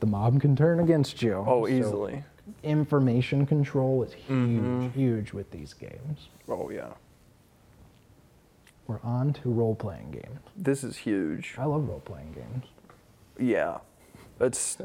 Speaker 1: the mob can turn against you.
Speaker 2: Oh,
Speaker 1: So
Speaker 2: easily. Mm-hmm.
Speaker 1: information control is huge, huge with these games.
Speaker 2: Oh yeah.
Speaker 1: We're on to role-playing games.
Speaker 2: This is huge.
Speaker 1: I love role-playing games.
Speaker 2: Yeah, it's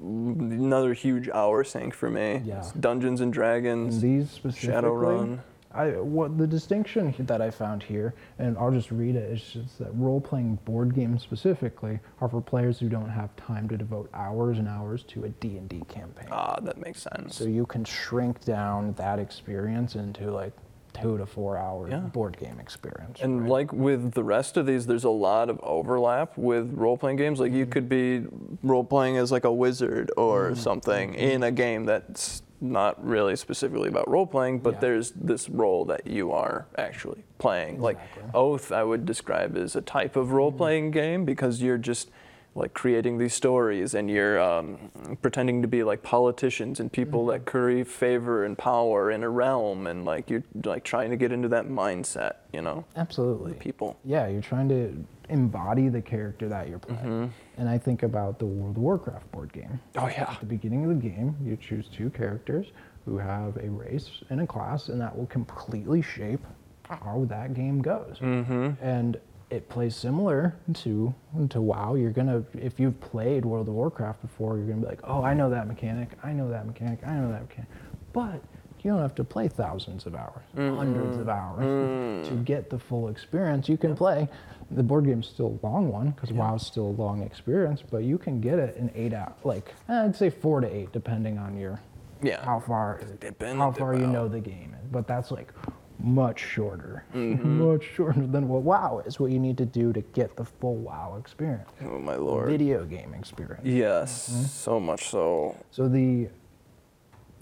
Speaker 2: another huge hour sink for me.
Speaker 1: Yeah.
Speaker 2: It's Dungeons and Dragons.
Speaker 1: these specifically.
Speaker 2: Shadowrun.
Speaker 1: I what the distinction he- that I found here, and I'll just read it, is just that role-playing board games specifically are for players who don't have time to devote hours and hours to a D and D campaign.
Speaker 2: Ah, that makes sense.
Speaker 1: so you can shrink down that experience into like two to four hour
Speaker 2: Yeah.
Speaker 1: board game experience.
Speaker 2: And like with the rest of these, there's a lot of overlap with role playing games. Like you could be role playing as like a wizard or something in a game that's not really specifically about role playing, but
Speaker 1: Yeah.
Speaker 2: there's this role that you are actually playing. Like Oath, I would describe as a type of role playing game because you're just like creating these stories and you're um, pretending to be like politicians and people that curry favor and power in a realm and like you're like trying to get into that mindset, you know,
Speaker 1: Absolutely.
Speaker 2: people.
Speaker 1: Yeah, you're trying to embody the character that you're playing.
Speaker 2: Mm-hmm.
Speaker 1: And I think about the World of Warcraft board game.
Speaker 2: Oh yeah.
Speaker 1: At the beginning of the game, you choose two characters who have a race and a class, and that will completely shape how that game goes. Mm-hmm. And it plays similar to to WoW. You're gonna if you've played World of Warcraft before, you're gonna be like, oh, I know that mechanic, I know that mechanic, I know that mechanic. But you don't have to play thousands of hours, hundreds of hours
Speaker 2: Mm.
Speaker 1: to get the full experience. You can play. The board game's still a long one because WoW's still a long experience, but you can get it in eight out, like eh, I'd say four to eight, depending on your
Speaker 2: Yeah.
Speaker 1: how far
Speaker 2: Depending
Speaker 1: how far you
Speaker 2: about-
Speaker 1: know the game. is. But that's like much shorter,
Speaker 2: Mm-hmm.
Speaker 1: much shorter than what WoW is. What you need to do to get the full WoW experience,
Speaker 2: Oh my lord.
Speaker 1: video game experience.
Speaker 2: Yes, so much so.
Speaker 1: So the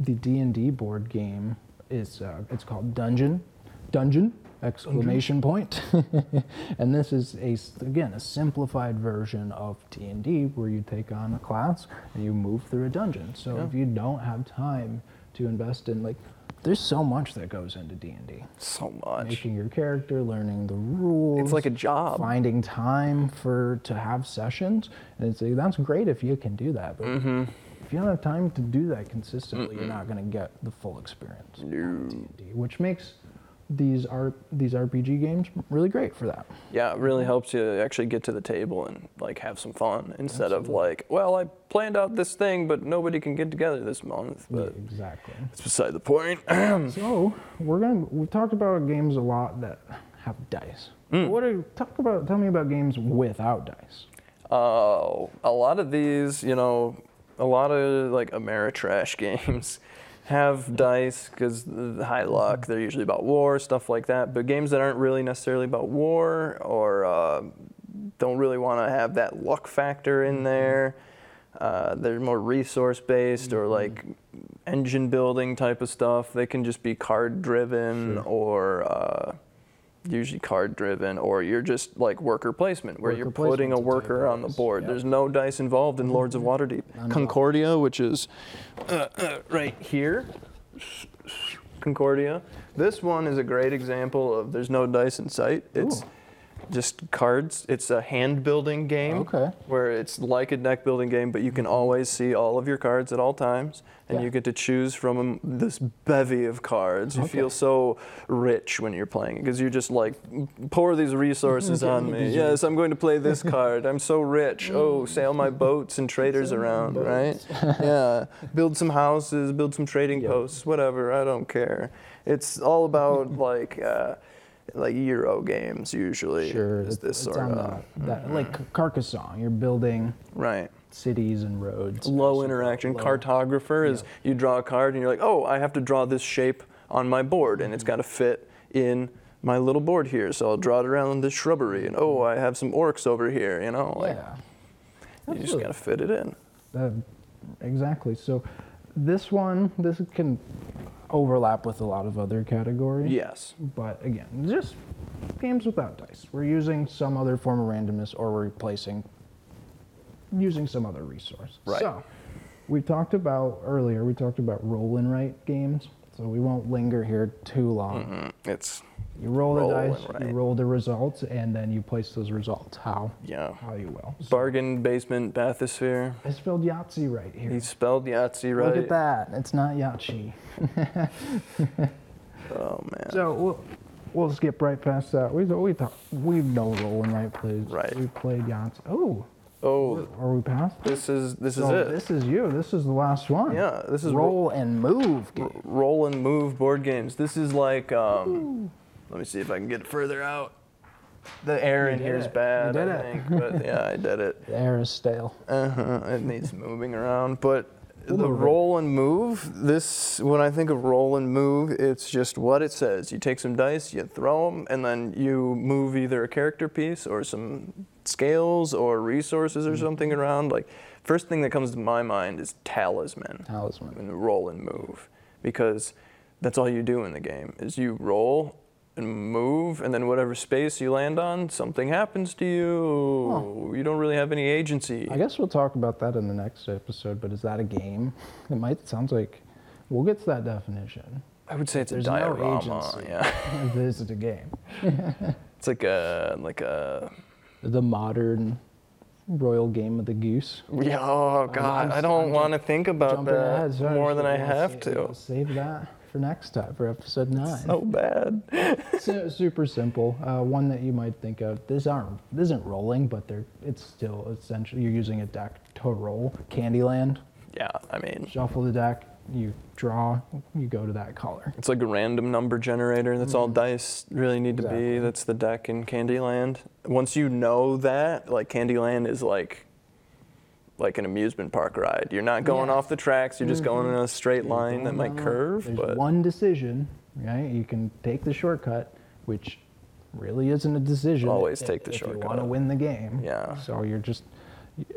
Speaker 1: the D and D board game is uh, it's called Dungeon, Dungeon exclamation point, and this is a s- again a simplified version of D and D where you take on a class and you move through a dungeon. So if you don't have time to invest in like, there's so much that goes into D and D.
Speaker 2: So much.
Speaker 1: Making your character, learning the rules.
Speaker 2: It's like a job.
Speaker 1: Finding time for to have sessions, and it's like, that's great if you can do that. But
Speaker 2: Mm-hmm.
Speaker 1: if you don't have time to do that consistently, you're not going to get the full experience. of D&D, which makes these R- these RPG games really great for that.
Speaker 2: Yeah, it really helps you actually get to the table and like have some fun instead of like, well, I planned out this thing, but nobody can get together this month. But
Speaker 1: exactly.
Speaker 2: it's beside the point.
Speaker 1: So we're gonna we've talked about games a lot that have dice.
Speaker 2: Mm.
Speaker 1: What are talk about? Tell me about games without dice.
Speaker 2: Uh, a lot of these, you know, a lot of like Ameritrash games have dice because high luck. They're usually about war, stuff like that. But games that aren't really necessarily about war or uh, don't really want to have that luck factor in there. Uh, they're more resource based or like engine building type of stuff. They can just be card driven or. Uh, Usually card driven, or you're just like worker placement, where you're
Speaker 1: Worker
Speaker 2: putting a
Speaker 1: placement's a type
Speaker 2: worker
Speaker 1: of
Speaker 2: on the
Speaker 1: dice,
Speaker 2: board.
Speaker 1: yeah. Mm-hmm.
Speaker 2: There's no dice involved in Lords of Waterdeep. Concordia, which is uh, uh, right here. Concordia. This one is a great example of there's no dice in sight. It's
Speaker 1: Ooh.
Speaker 2: just cards. It's a hand building game
Speaker 1: Okay.
Speaker 2: where it's like a deck building game, but you can always see all of your cards at all times, and
Speaker 1: Yeah.
Speaker 2: you get to choose from 'em this bevy of cards. You
Speaker 1: Okay.
Speaker 2: feel so rich when you're playing because you're just like, pour these resources on me. Yes, I'm going to play this card. I'm so rich.
Speaker 1: Mm.
Speaker 2: Oh, sail my boats and traders around, right? Yeah, build some houses, build some trading posts, whatever. I don't care. It's all about like. Uh, like Euro games usually
Speaker 1: Sure,
Speaker 2: is
Speaker 1: it's,
Speaker 2: this uh,
Speaker 1: it's
Speaker 2: mm-hmm. sort
Speaker 1: on
Speaker 2: of
Speaker 1: the, that, like Carcassonne. You're building
Speaker 2: right.
Speaker 1: cities and roads.
Speaker 2: low interaction. Cartographer is you draw a card and you're like, oh, I have to draw this shape on my board, and
Speaker 1: Mm-hmm.
Speaker 2: it's got to fit in my little board here. So I'll draw it around this shrubbery, and oh, I have some orcs over here. You know, like
Speaker 1: Yeah,
Speaker 2: you just got to fit it in.
Speaker 1: uh, exactly. So this one, this can overlap with a lot of other categories.
Speaker 2: Yes.
Speaker 1: But again, just games without dice. We're using some other form of randomness, or we're replacing using some other resource.
Speaker 2: Right.
Speaker 1: So we talked about earlier. We talked about roll and write games. So we won't linger here too long.
Speaker 2: Mm, It's
Speaker 1: You roll,
Speaker 2: Roll
Speaker 1: the dice,
Speaker 2: and
Speaker 1: you
Speaker 2: write.
Speaker 1: roll the results, and then you place those results how
Speaker 2: yeah.
Speaker 1: how you will. So
Speaker 2: Bargain basement bathysphere.
Speaker 1: I spelled Yahtzee right here.
Speaker 2: He spelled Yahtzee right.
Speaker 1: Look at that. It's not Yahtzee.
Speaker 2: Oh man.
Speaker 1: So we'll, we'll skip right past that. We we talk, we've no roll and write plays.
Speaker 2: Right.
Speaker 1: We played Yahtzee. Oh,
Speaker 2: Oh,
Speaker 1: are we past?
Speaker 2: this is this is
Speaker 1: So
Speaker 2: it.
Speaker 1: This is you. This is the last one.
Speaker 2: Yeah, this is
Speaker 1: roll and move. game.
Speaker 2: roll and move board games. This is like, um, let me see if I can get it further out. The air in
Speaker 1: did
Speaker 2: here is
Speaker 1: it. You
Speaker 2: bad,
Speaker 1: did
Speaker 2: I
Speaker 1: it.
Speaker 2: think, but yeah, I did it.
Speaker 1: The air is stale.
Speaker 2: Uh-huh. It needs moving around, but the
Speaker 1: move it.
Speaker 2: roll and move. This, when I think of roll and move, it's just what it says. You take some dice, you throw them, and then you move either a character piece or some scales or resources or something around. Like, first thing that comes to my mind is talisman
Speaker 1: Talisman.
Speaker 2: and roll and move because that's all you do in the game is you roll and move, and then whatever space you land on, something happens to you. You don't really have any agency.
Speaker 1: I guess we'll talk about that in the next episode, but is that a game? It might it sounds like we'll get to that definition.
Speaker 2: I would say it's a
Speaker 1: There's no
Speaker 2: diorama.
Speaker 1: agency.
Speaker 2: yeah,
Speaker 1: this is a game.
Speaker 2: it's like a like a
Speaker 1: The modern royal game of the goose.
Speaker 2: yeah. Oh God,
Speaker 1: I'm-
Speaker 2: I don't
Speaker 1: I'm
Speaker 2: want to think about
Speaker 1: Jumping
Speaker 2: that
Speaker 1: ahead, sorry,
Speaker 2: more than I
Speaker 1: we'll
Speaker 2: have
Speaker 1: save-
Speaker 2: to.
Speaker 1: we'll Save that for next time for episode nine.
Speaker 2: So bad.
Speaker 1: Su- super simple. Uh, one that you might think of. This aren't this isn't rolling, but they're it's still essentially you're using a deck to roll. Candyland.
Speaker 2: Yeah, I mean,
Speaker 1: Shuffle the deck. You draw. You go to that color.
Speaker 2: it's like a random number generator. That's all dice really need to be.
Speaker 1: Mm-hmm. Exactly.
Speaker 2: That's the deck in Candyland. Once you know that, like Candyland is like like an amusement park ride. You're not going
Speaker 1: Yeah. Mm-hmm.
Speaker 2: off the tracks. You're just going in a straight line that might
Speaker 1: Well,
Speaker 2: curve,
Speaker 1: There's
Speaker 2: but
Speaker 1: one decision, right? You can take the shortcut, which really isn't a decision.
Speaker 2: Always
Speaker 1: i-
Speaker 2: take the
Speaker 1: if You want to
Speaker 2: shortcut.
Speaker 1: win the game.
Speaker 2: Yeah.
Speaker 1: So you're just,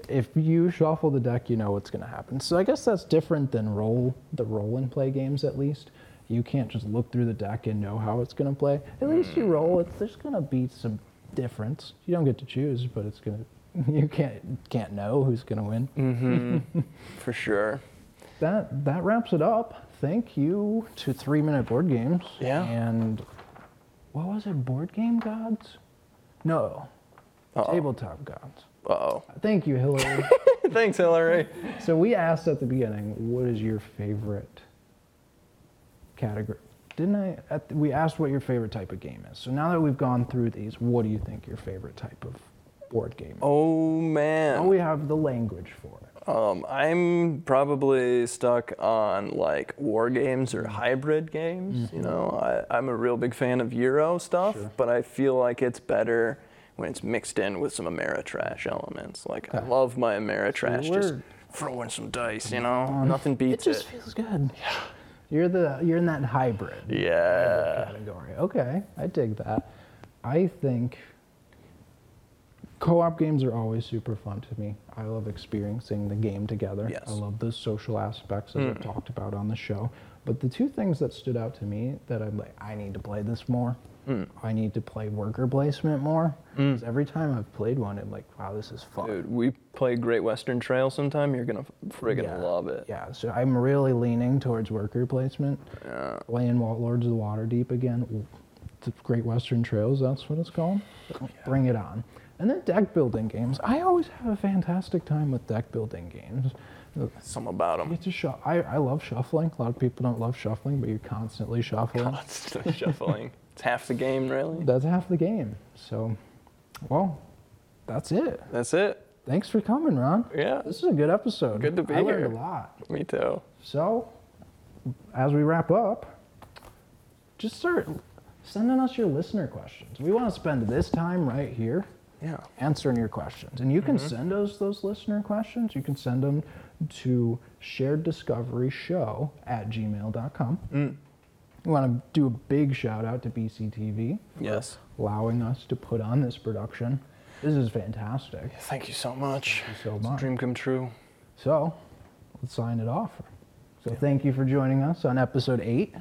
Speaker 1: if you shuffle the deck, you know what's going to happen. So I guess that's different than roll the roll and play games at least. You can't just look through the deck and know how it's going to play. At least you roll. It's there's going to be some difference. You don't get to choose, but it's going to. You can't can't know who's going to win.
Speaker 2: for sure.
Speaker 1: That that wraps it up. Thank you to Three Minute Board Games.
Speaker 2: Yeah.
Speaker 1: And what was it? Board Game Gods? No.
Speaker 2: Uh-oh.
Speaker 1: Tabletop Gods.
Speaker 2: Uh-oh.
Speaker 1: Thank you, Hillary.
Speaker 2: Thanks, Hillary.
Speaker 1: so we asked at the beginning, what is your favorite category? Didn't I? At the, we asked what your favorite type of game is. So now that we've gone through these, what do you think your favorite type of board game? is?
Speaker 2: Oh man.
Speaker 1: Now we have the language for it.
Speaker 2: Um, I'm probably stuck on like war games or hybrid games.
Speaker 1: Mm-hmm.
Speaker 2: You know, I, I'm a real big fan of Euro stuff, but I feel like it's better when it's mixed in with some Ameritrash elements. Like I love my Ameritrash, just
Speaker 1: word.
Speaker 2: throwing some dice. You know, nothing beats
Speaker 1: it just
Speaker 2: it.
Speaker 1: feels good. You're the you're in that hybrid.
Speaker 2: yeah.
Speaker 1: category. Okay, I dig that. I think co-op games are always super fun to me. I love experiencing the game together.
Speaker 2: Yes. Hmm.
Speaker 1: I love the social aspects as I've talked about on the show. But the two things that stood out to me that I'm like, I need to play this more.
Speaker 2: Hmm.
Speaker 1: I need to play worker placement more. Because every time I've played one, I'm like, wow, this is fun.
Speaker 2: Dude, we play Great Western Trail sometime. You're gonna friggin'
Speaker 1: Yeah,
Speaker 2: love it.
Speaker 1: Yeah, so I'm really leaning towards worker placement.
Speaker 2: Yeah.
Speaker 1: Playing Wa- Lords of the Waterdeep again. Ooh, The Great Western Trails, that's what it's called.
Speaker 2: Oh,
Speaker 1: Bring it on. And then deck building games. I always have a fantastic time with deck building games.
Speaker 2: Some about them.
Speaker 1: It's a shu- I, I love shuffling. A lot of people don't love shuffling, but you're constantly shuffling.
Speaker 2: Constantly shuffling. It's half the game, really.
Speaker 1: That's half the game. So, well, that's it.
Speaker 2: That's it.
Speaker 1: Thanks for coming, Ron.
Speaker 2: Yeah.
Speaker 1: This is a good episode.
Speaker 2: Good to be
Speaker 1: I learned
Speaker 2: here.
Speaker 1: a lot.
Speaker 2: Me too.
Speaker 1: So, as we wrap up, just start sending us your listener questions. We want to spend this time right here
Speaker 2: Yeah.
Speaker 1: answering your questions. And you can send us those listener questions. You can send them to shareddiscoveryshow at gmail.com. We want to do a big shout out to BCTV for
Speaker 2: Yes.
Speaker 1: allowing us to put on this production. This is fantastic.
Speaker 2: Thank you so much.
Speaker 1: Thank you so
Speaker 2: It's a
Speaker 1: much.
Speaker 2: dream come true.
Speaker 1: So let's sign it off. So thank you for joining us on episode eight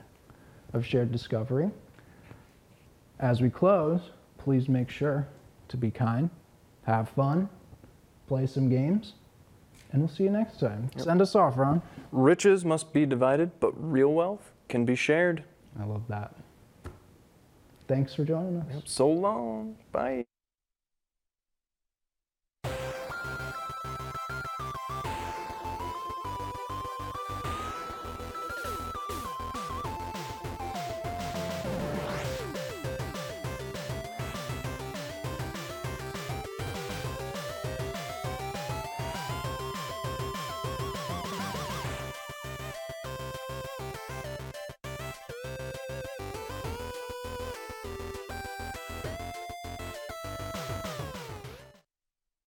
Speaker 1: of Shared Discovery. As we close, please make sure to be kind, have fun, play some games, and we'll see you next time. Send us off, Ron.
Speaker 2: Riches must be divided, but real wealth can be shared.
Speaker 1: I love that. Thanks for joining us.
Speaker 2: So long. Bye.